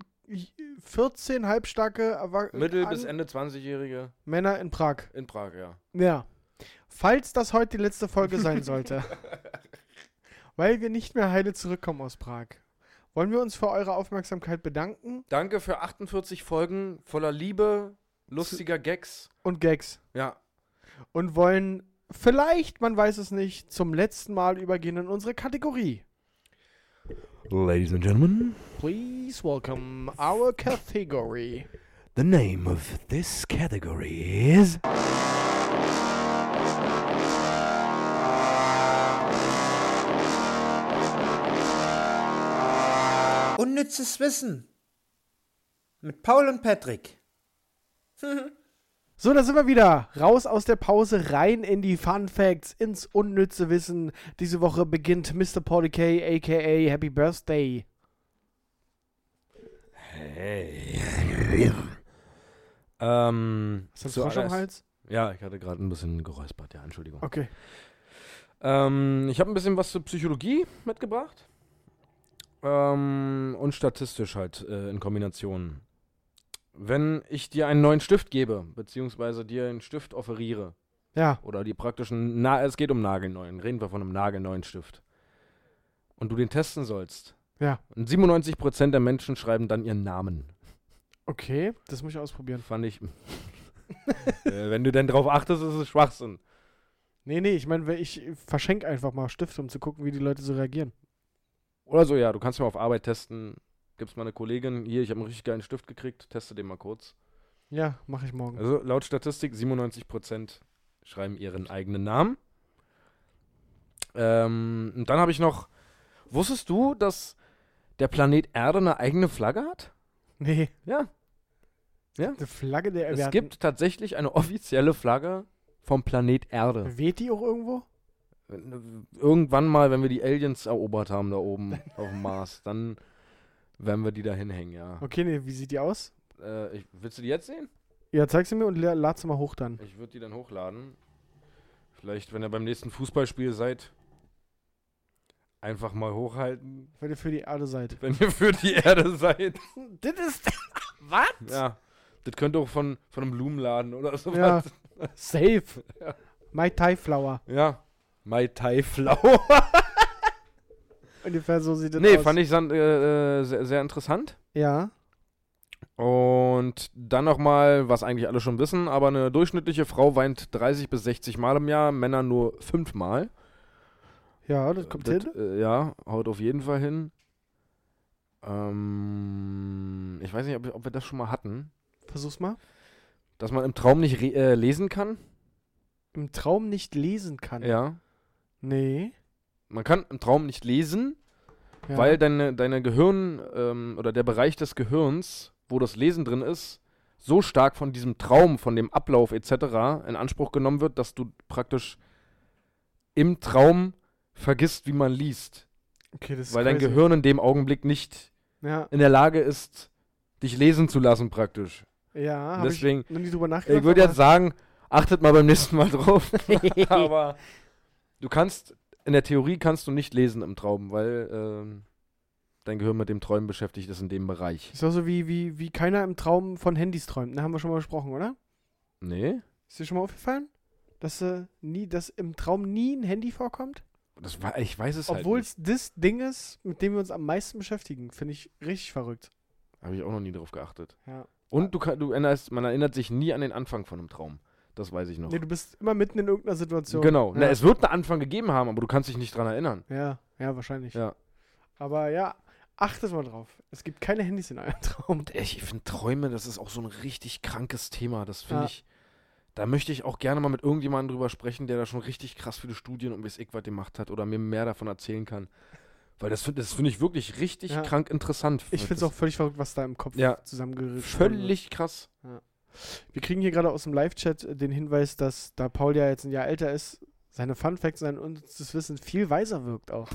Speaker 3: 14 halbstarke Erwa- äh,
Speaker 4: Mittel-
Speaker 3: an-
Speaker 4: bis Ende 20-Jährige
Speaker 3: Männer in Prag.
Speaker 4: in Prag, ja.
Speaker 3: Ja. Falls das heute die letzte Folge sein
Speaker 4: [laughs]
Speaker 3: sollte, weil wir nicht mehr heile zurückkommen aus Prag, wollen wir uns für eure Aufmerksamkeit bedanken
Speaker 4: Danke für 48 Folgen voller Liebe, lustiger Gags.
Speaker 3: und Gags.
Speaker 4: Ja,
Speaker 3: Und wollen vielleicht, man weiß es nicht, zum letzten Mal übergehen in unsere Kategorie.
Speaker 1: Ladies and gentlemen,
Speaker 3: Please welcome our category.
Speaker 1: the name of this category is.
Speaker 5: Unnützes Wissen. Mit Paul und Patrick.
Speaker 3: So, da sind wir wieder. Raus aus der Pause, rein in die Fun Facts, ins unnütze Wissen. Diese Woche beginnt Mr. Paul K, aka Happy Birthday.
Speaker 4: Ähm,
Speaker 3: Ist das Frosch am Hals?
Speaker 4: Ja, ich hatte gerade ein bisschen geräuspert, ja, Entschuldigung.
Speaker 3: Okay.
Speaker 4: Ähm, ich habe ein bisschen was zur Psychologie mitgebracht. Ähm, und statistisch halt äh, in Kombination. Wenn ich dir einen neuen Stift gebe, beziehungsweise dir einen Stift offeriere,
Speaker 3: Ja.
Speaker 4: oder die praktischen, na, es geht um nagelneuen, reden wir von einem nagelneuen Stift. Und du den testen sollst.
Speaker 3: Ja.
Speaker 4: Und 97% der Menschen schreiben dann ihren Namen.
Speaker 3: Okay, das muss ich ausprobieren.
Speaker 4: Fand ich. [laughs] äh, wenn du denn drauf achtest, ist es Schwachsinn.
Speaker 3: Nee, nee, ich meine, ich verschenke einfach mal Stifte, um zu gucken, wie die Leute so reagieren.
Speaker 4: Oder so, ja, du kannst mal auf Arbeit testen. Gibt's mal eine Kollegin, hier, ich habe einen richtig geilen Stift gekriegt, teste den mal kurz.
Speaker 3: Ja, mache ich morgen.
Speaker 4: Also laut Statistik, 97% schreiben ihren eigenen Namen. Ähm, und dann habe ich noch, wusstest du, dass der Planet Erde eine eigene Flagge hat?
Speaker 3: Nee.
Speaker 4: Ja.
Speaker 3: Eine Flagge der
Speaker 4: Es
Speaker 3: Erwerten.
Speaker 4: gibt tatsächlich eine offizielle Flagge vom Planet Erde.
Speaker 3: Weht die auch irgendwo?
Speaker 4: äh, Irgendwann mal, wenn wir die Aliens erobert haben
Speaker 3: [laughs]
Speaker 4: da oben auf dem Mars, dann werden wir die da hinhängen, ja.
Speaker 3: Okay, nee, wie sieht die aus?
Speaker 4: Äh, ich, willst du die jetzt sehen?
Speaker 3: Ja, zeig sie mir und la- lad sie mal hoch dann.
Speaker 4: Ich würde die dann hochladen. Vielleicht, wenn ihr beim nächsten Fußballspiel seid, einfach mal hochhalten,
Speaker 3: Wenn ihr für die Erde
Speaker 4: [laughs]
Speaker 3: seid.
Speaker 4: wenn ihr für die Erde seid.
Speaker 3: [laughs] Das ist. Was?
Speaker 4: Ja, das könnte auch von, von einem Blumenladen oder so
Speaker 3: Ja.
Speaker 4: was.
Speaker 3: Safe.
Speaker 4: Ja.
Speaker 3: [laughs] My Thai Flower.
Speaker 4: Ja. Mai Tai Flau.
Speaker 3: Ungefähr so sieht das
Speaker 4: nee,
Speaker 3: aus.
Speaker 4: fand ich san- äh, äh, sehr, sehr interessant.
Speaker 3: Ja.
Speaker 4: Und dann nochmal, was eigentlich alle schon wissen, aber eine durchschnittliche Frau weint 30 bis 60 Mal im Jahr, Männer nur 5 Mal.
Speaker 3: Ja, das kommt
Speaker 4: Das,
Speaker 3: hin.
Speaker 4: äh, ja, haut auf jeden Fall hin. Ähm, ich weiß nicht, ob, ob wir das schon mal hatten.
Speaker 3: Versuch's mal.
Speaker 4: Dass man im Traum nicht re- äh, lesen kann.
Speaker 3: Im Traum nicht lesen kann.
Speaker 4: Ja.
Speaker 3: Nee.
Speaker 4: Man kann im Traum nicht lesen,
Speaker 3: Ja.
Speaker 4: weil deine, deine Gehirn ähm, oder der Bereich des Gehirns, wo das Lesen drin ist, so stark von diesem Traum, von dem Ablauf etc. in Anspruch genommen wird, dass du praktisch im Traum vergisst, wie man liest.
Speaker 3: Okay, das ist
Speaker 4: Weil dein
Speaker 3: crazy.
Speaker 4: Gehirn in dem Augenblick nicht
Speaker 3: Ja,
Speaker 4: in der Lage ist, dich lesen zu lassen praktisch.
Speaker 3: ja habe Ah, ich
Speaker 4: Deswegen,
Speaker 3: noch nie drüber nachgedacht.
Speaker 4: ich würde
Speaker 3: aber-
Speaker 4: jetzt sagen, achtet mal beim nächsten
Speaker 3: [laughs]
Speaker 4: Mal drauf. [laughs] Aber du kannst, in der Theorie kannst du nicht lesen im Traum, weil ähm, dein Gehirn mit dem Träumen beschäftigt ist in dem Bereich.
Speaker 3: Ist doch so wie, wie, wie keiner im Traum von Handys träumt. Da haben wir schon mal besprochen, oder?
Speaker 4: Nee,
Speaker 3: Ist dir schon mal aufgefallen? Dass, äh, nie, dass im Traum nie ein Handy vorkommt?
Speaker 4: das war, ich weiß es
Speaker 3: Obwohl
Speaker 4: halt
Speaker 3: es das Ding ist, mit dem wir uns am meisten beschäftigen. Finde ich richtig verrückt.
Speaker 4: nicht. Habe ich auch noch nie drauf geachtet.
Speaker 3: Ja.
Speaker 4: Und du, kann- du erinnerst, man erinnert sich nie an den Anfang von einem Traum. Das weiß ich noch.
Speaker 3: Nee, du bist immer mitten in irgendeiner Situation.
Speaker 4: Genau. Na,
Speaker 3: Ja.
Speaker 4: es wird einen Anfang gegeben haben, aber du kannst dich nicht dran erinnern.
Speaker 3: ja, ja, wahrscheinlich.
Speaker 4: Ja.
Speaker 3: Aber ja, achtet mal drauf. Es gibt keine Handys in einem [laughs] Traum.
Speaker 4: Ich finde Träume, das ist auch so ein richtig krankes Thema. Das finde
Speaker 3: Ja.
Speaker 4: ich. Da möchte ich auch gerne mal mit irgendjemandem drüber sprechen, der da schon richtig krass viele Studien und weiß ich was gemacht hat oder mir mehr davon erzählen kann. Weil das finde das find ich wirklich richtig
Speaker 3: Ja.
Speaker 4: krank interessant.
Speaker 3: Ich finde es auch völlig verrückt, was da im Kopf
Speaker 4: Ja.
Speaker 3: zusammengerissen
Speaker 4: völlig krass.
Speaker 3: Wir kriegen hier gerade aus dem Live-Chat äh, den Hinweis, dass da Paul ja jetzt ein Jahr älter ist, seine Fun Facts, sein unnützes Wissen viel weiser wirkt
Speaker 4: [laughs]
Speaker 3: auch.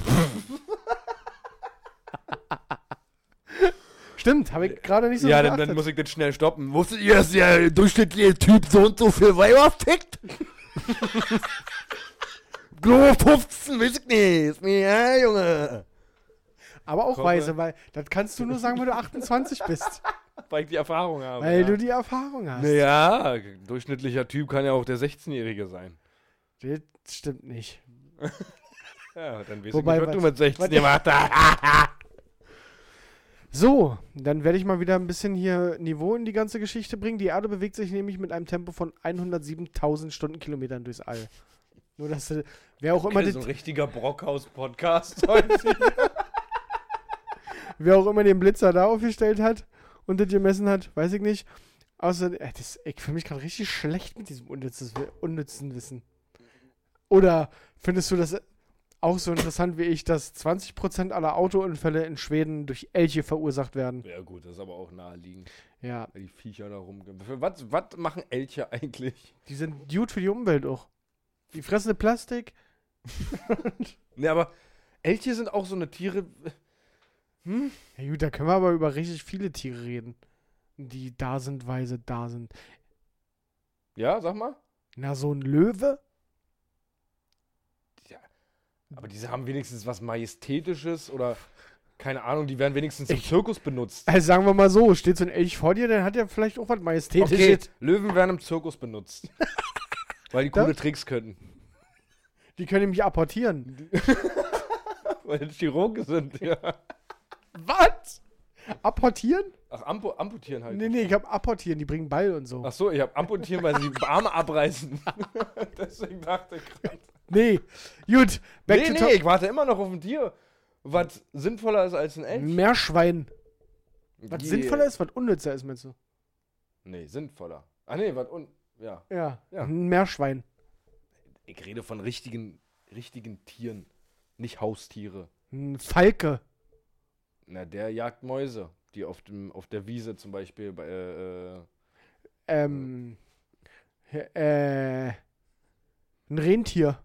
Speaker 3: Stimmt, habe ich gerade nicht so geachtet.
Speaker 4: muss ich das schnell stoppen. Wusstet ihr,
Speaker 3: [laughs]
Speaker 4: dass der durchschnittliche Typ so und so viel Weiber fickt? Glo 15, weiß ich nicht. Ja, Junge.
Speaker 3: Aber auch
Speaker 4: Koche.
Speaker 3: weise, weil das kannst du nur sagen, wenn du 28
Speaker 4: [laughs]
Speaker 3: bist,
Speaker 4: Weil ich die Erfahrung habe.
Speaker 3: weil du die Erfahrung hast.
Speaker 4: Naja, durchschnittlicher Typ kann ja auch der 16-Jährige sein.
Speaker 3: Das stimmt nicht.
Speaker 4: Ja, dann wissen
Speaker 3: Wobei,
Speaker 4: wir, was du
Speaker 3: was-
Speaker 4: mit 16
Speaker 3: was-
Speaker 4: gemacht hast.
Speaker 3: So, dann werde ich mal wieder ein bisschen hier Niveau in die ganze Geschichte bringen. Die Erde bewegt sich nämlich mit einem Tempo von 107.000 Stundenkilometern durchs All. Nur dass du, wer auch immer das,
Speaker 4: richtiger Brockhaus-Podcast [laughs] heute.
Speaker 3: Wer auch immer den Blitzer da aufgestellt hat und das gemessen hat, weiß ich nicht. Außer, äh, das, ich fühle mich gerade richtig schlecht mit diesem unnützes, Wi- unnützen Wissen. Oder findest du das auch so interessant wie ich, dass 20% aller Autounfälle in Schweden durch Elche verursacht werden?
Speaker 4: ja gut, das ist aber auch naheliegend,
Speaker 3: Ja,
Speaker 4: weil die Viecher da rumgehen. Für Was, was machen Elche eigentlich?
Speaker 3: die sind gut für die Umwelt auch. Die fressende Plastik.
Speaker 4: Ne, aber Elche sind auch so eine Tiere...
Speaker 3: Hm? Ja gut, da können wir aber über richtig viele Tiere reden, die da sind, weise da sind.
Speaker 4: Ja, sag mal.
Speaker 3: Na, so ein Löwe?
Speaker 4: Aber diese haben wenigstens was Majestätisches oder... Keine Ahnung, die werden wenigstens im Zirkus benutzt.
Speaker 3: Also sagen wir mal so, steht so ein Elch vor dir, dann hat er vielleicht auch was Majestätisches.
Speaker 4: Okay, Löwen werden im Zirkus benutzt. weil die
Speaker 3: Da-
Speaker 4: coole Tricks können.
Speaker 3: Die können nämlich apportieren.
Speaker 4: Weil die Chirurgen sind, ja.
Speaker 3: Was? Apportieren?
Speaker 4: Ach, ampu amputieren halt.
Speaker 3: Nee, nee, ich hab apportieren, die bringen Ball und so.
Speaker 4: Ach so, ich habe amputieren, weil sie die Arme abreißen. [laughs] Deswegen dachte ich gerade.
Speaker 3: Nee. Gut, back
Speaker 4: Nee,
Speaker 3: to
Speaker 4: nee,
Speaker 3: top.
Speaker 4: ich warte immer noch auf ein Tier, was sinnvoller ist als ein Elch.
Speaker 3: Meerschwein. Was
Speaker 4: Die-
Speaker 3: sinnvoller ist, was unnützer ist, meinst du?
Speaker 4: Nee, sinnvoller. Ah nee, was un... Ja.
Speaker 3: Ja.
Speaker 4: Ja.
Speaker 3: Ein Meerschwein.
Speaker 4: Ich rede von richtigen, richtigen Tieren, nicht Haustiere.
Speaker 3: Ein Falke.
Speaker 4: Na, der jagt Mäuse, die auf, dem, auf der Wiese zum Beispiel bei... Äh, äh,
Speaker 3: Ähm. Äh. Ein Rentier.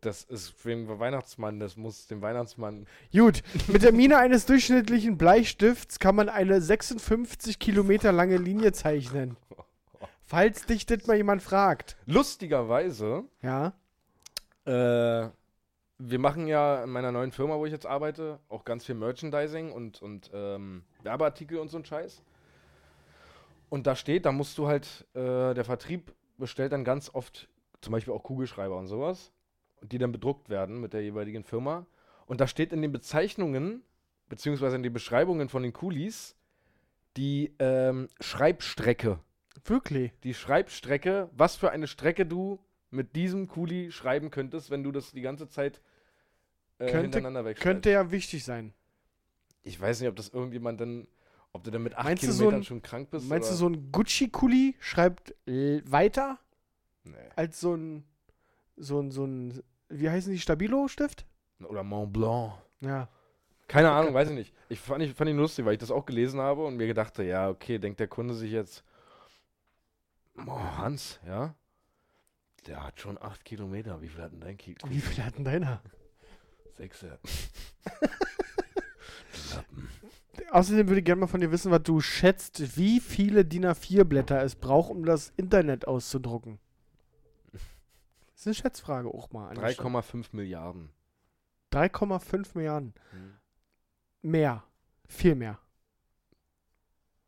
Speaker 4: das ist für den Weihnachtsmann, das muss dem Weihnachtsmann...
Speaker 3: Gut, mit der Mine eines durchschnittlichen Bleistifts kann man eine 56 Kilometer lange Linie zeichnen. Falls dich das mal jemand fragt.
Speaker 4: Lustigerweise
Speaker 3: Ja.
Speaker 4: Äh, wir machen ja in meiner neuen Firma, wo ich jetzt arbeite, auch ganz viel Merchandising und, und ähm, Werbeartikel und so ein Scheiß. Und da steht, da musst du halt, äh, der Vertrieb bestellt dann ganz oft zum Beispiel auch Kugelschreiber und sowas, die dann bedruckt werden mit der jeweiligen Firma. Und da steht in den Bezeichnungen, beziehungsweise in den Beschreibungen von den Kulis, die ähm, Schreibstrecke.
Speaker 3: Wirklich?
Speaker 4: Die Schreibstrecke, was für eine Strecke du mit diesem Kuli schreiben könntest, wenn du das die ganze Zeit äh,
Speaker 3: Könnte,
Speaker 4: hintereinander wegschreibst.
Speaker 3: könnte ja wichtig sein.
Speaker 4: Ich weiß nicht, ob das irgendjemand dann, ob du dann mit acht
Speaker 3: Meinst du so
Speaker 4: Kilometern
Speaker 3: ein-
Speaker 4: schon krank bist.
Speaker 3: Meinst du,
Speaker 4: oder?
Speaker 3: so ein Gucci-Kuli schreibt l- weiter
Speaker 4: Nee.
Speaker 3: als so ein, so ein, so ein, wie heißen die, Stabilo-Stift?
Speaker 4: Oder Mont Blanc.
Speaker 3: Ja.
Speaker 4: Keine Ahnung, weiß ich nicht. Ich fand, ich fand ihn lustig, weil ich das auch gelesen habe und mir gedachte, ja, okay, denkt der Kunde sich jetzt, oh, Hans, ja? Der hat schon acht Kilometer. Wie viel hat denn dein Kilo?
Speaker 3: Wie viel hat denn deiner?
Speaker 4: Sechs. ja.
Speaker 3: Außerdem würde ich gerne mal von dir wissen, was du schätzt, wie viele DIN A4-Blätter es braucht, um das Internet auszudrucken. Das ist eine Schätzfrage auch mal. an der Stelle.
Speaker 4: 3,5 Milliarden.
Speaker 3: 3,5 Milliarden. Mehr. Viel mehr.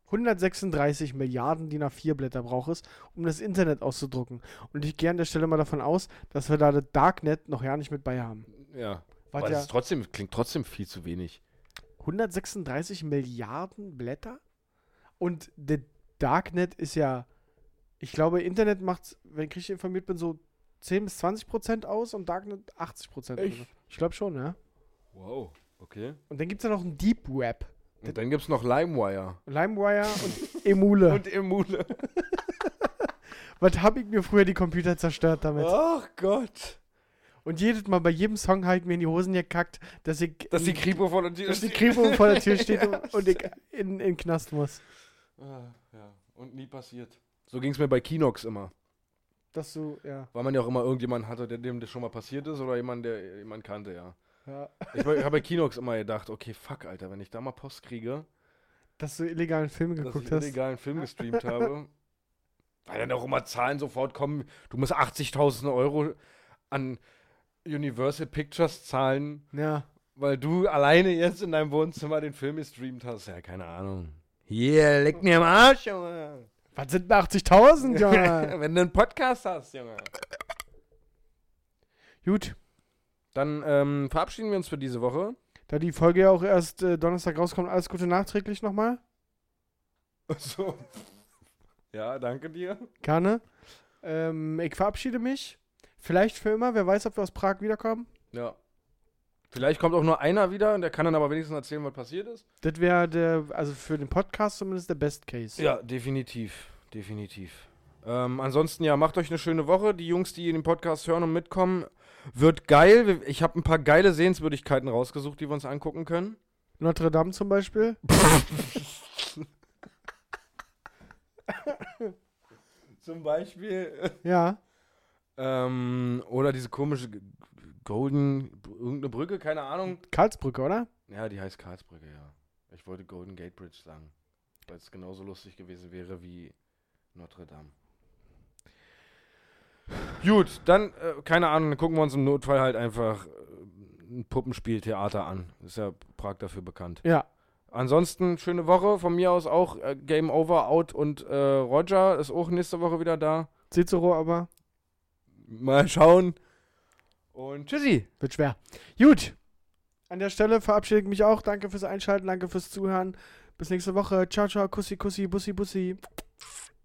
Speaker 3: 136 Milliarden DIN A4-Blätter braucht es, um das Internet auszudrucken. Und ich gehe an der Stelle mal davon aus, dass wir da das Darknet noch ja nicht mit bei haben.
Speaker 4: Ja.
Speaker 3: Was
Speaker 4: Aber das
Speaker 3: ja
Speaker 4: ist trotzdem, klingt trotzdem viel zu wenig.
Speaker 3: 136 Milliarden Blätter? Und der Darknet ist ja, ich glaube, Internet macht, wenn ich richtig informiert bin, so 10 bis 20 Prozent aus und Darknet 80 Prozent. Also,
Speaker 4: Echt?
Speaker 3: Ich glaube schon, ja.
Speaker 4: Wow, okay.
Speaker 3: Und dann gibt es ja noch ein Deep Web.
Speaker 4: Und dann gibt es noch LimeWire.
Speaker 3: LimeWire und [laughs] Emule.
Speaker 4: Und Emule.
Speaker 3: Was hab ich mir früher die Computer zerstört damit?
Speaker 4: Ach Gott.
Speaker 3: Und jedes Mal bei jedem Song halt mir in die Hosen gekackt, dass ich
Speaker 4: Dass die Kripo von uns
Speaker 3: dass die Kripo vor der Tür
Speaker 4: [laughs]
Speaker 3: steht und- und ich in, in den Knast muss.
Speaker 4: Ah, ja. Und nie passiert. So ging es mir bei Kinox immer.
Speaker 3: Dass du, ja.
Speaker 4: Weil man ja auch immer irgendjemanden hatte, der dem das schon mal passiert ist oder jemand, der jemand kannte, ja.
Speaker 3: ja.
Speaker 4: Ich habe bei Kinox immer gedacht, okay, fuck, Alter, wenn ich da mal Post kriege,
Speaker 3: Dass du illegalen Filme
Speaker 4: dass ich
Speaker 3: geguckt hast.
Speaker 4: illegalen Film gestreamt habe, weil dann auch immer Zahlen sofort kommen, du musst 80.000 Euro an Universal Pictures zahlen,
Speaker 3: Ja.
Speaker 4: weil du alleine jetzt in deinem Wohnzimmer den Film gestreamt hast. Ja, keine Ahnung. Hier, leck mir am Arsch, Junge.
Speaker 3: Was sind denn 80.000,
Speaker 4: [laughs]
Speaker 3: Junge?
Speaker 4: wenn du einen Podcast hast, Junge.
Speaker 3: Gut,
Speaker 4: Dann ähm, verabschieden wir uns für diese Woche.
Speaker 3: da die Folge ja auch erst äh, Donnerstag rauskommt, alles Gute nachträglich nochmal.
Speaker 4: So. Ja, danke dir.
Speaker 3: Gerne. Ähm, ich verabschiede mich. Vielleicht für immer. Wer weiß, ob wir aus Prag wiederkommen.
Speaker 4: Ja. Vielleicht kommt auch nur einer wieder und der kann dann aber wenigstens erzählen, was passiert ist.
Speaker 3: Das wäre der, also für den Podcast zumindest der Best Case.
Speaker 4: Ja, definitiv. Definitiv. Ähm, ansonsten, ja, macht euch eine schöne Woche. Die Jungs, die den Podcast hören und mitkommen, wird geil. Wir- Ich habe ein paar geile Sehenswürdigkeiten rausgesucht, die wir uns angucken können.
Speaker 3: Notre Dame zum Beispiel.
Speaker 4: Zum Beispiel.
Speaker 3: Ja.
Speaker 4: [laughs] Ähm, oder diese komische G- Golden, irgendeine Brücke, keine Ahnung.
Speaker 3: Karlsbrücke, oder?
Speaker 4: Ja, die heißt Karlsbrücke, ja. Ich wollte Golden Gate Bridge sagen, weil es genauso lustig gewesen wäre wie Notre Dame. Gut, dann, äh, keine Ahnung, dann gucken wir uns im Notfall halt einfach äh, ein Puppenspieltheater an. Ist ja Prag dafür bekannt.
Speaker 3: Ja.
Speaker 4: Ansonsten, schöne Woche. Von mir aus auch äh, Game Over, Out und äh, Roger ist auch nächste Woche wieder da.
Speaker 3: Cicero aber.
Speaker 4: Mal schauen. Und tschüssi.
Speaker 3: Wird schwer. Gut. An der Stelle verabschiede ich mich auch. Danke fürs Einschalten, danke fürs Zuhören. Bis nächste Woche. Ciao, ciao, Kussi, Kussi, Bussi, Bussi.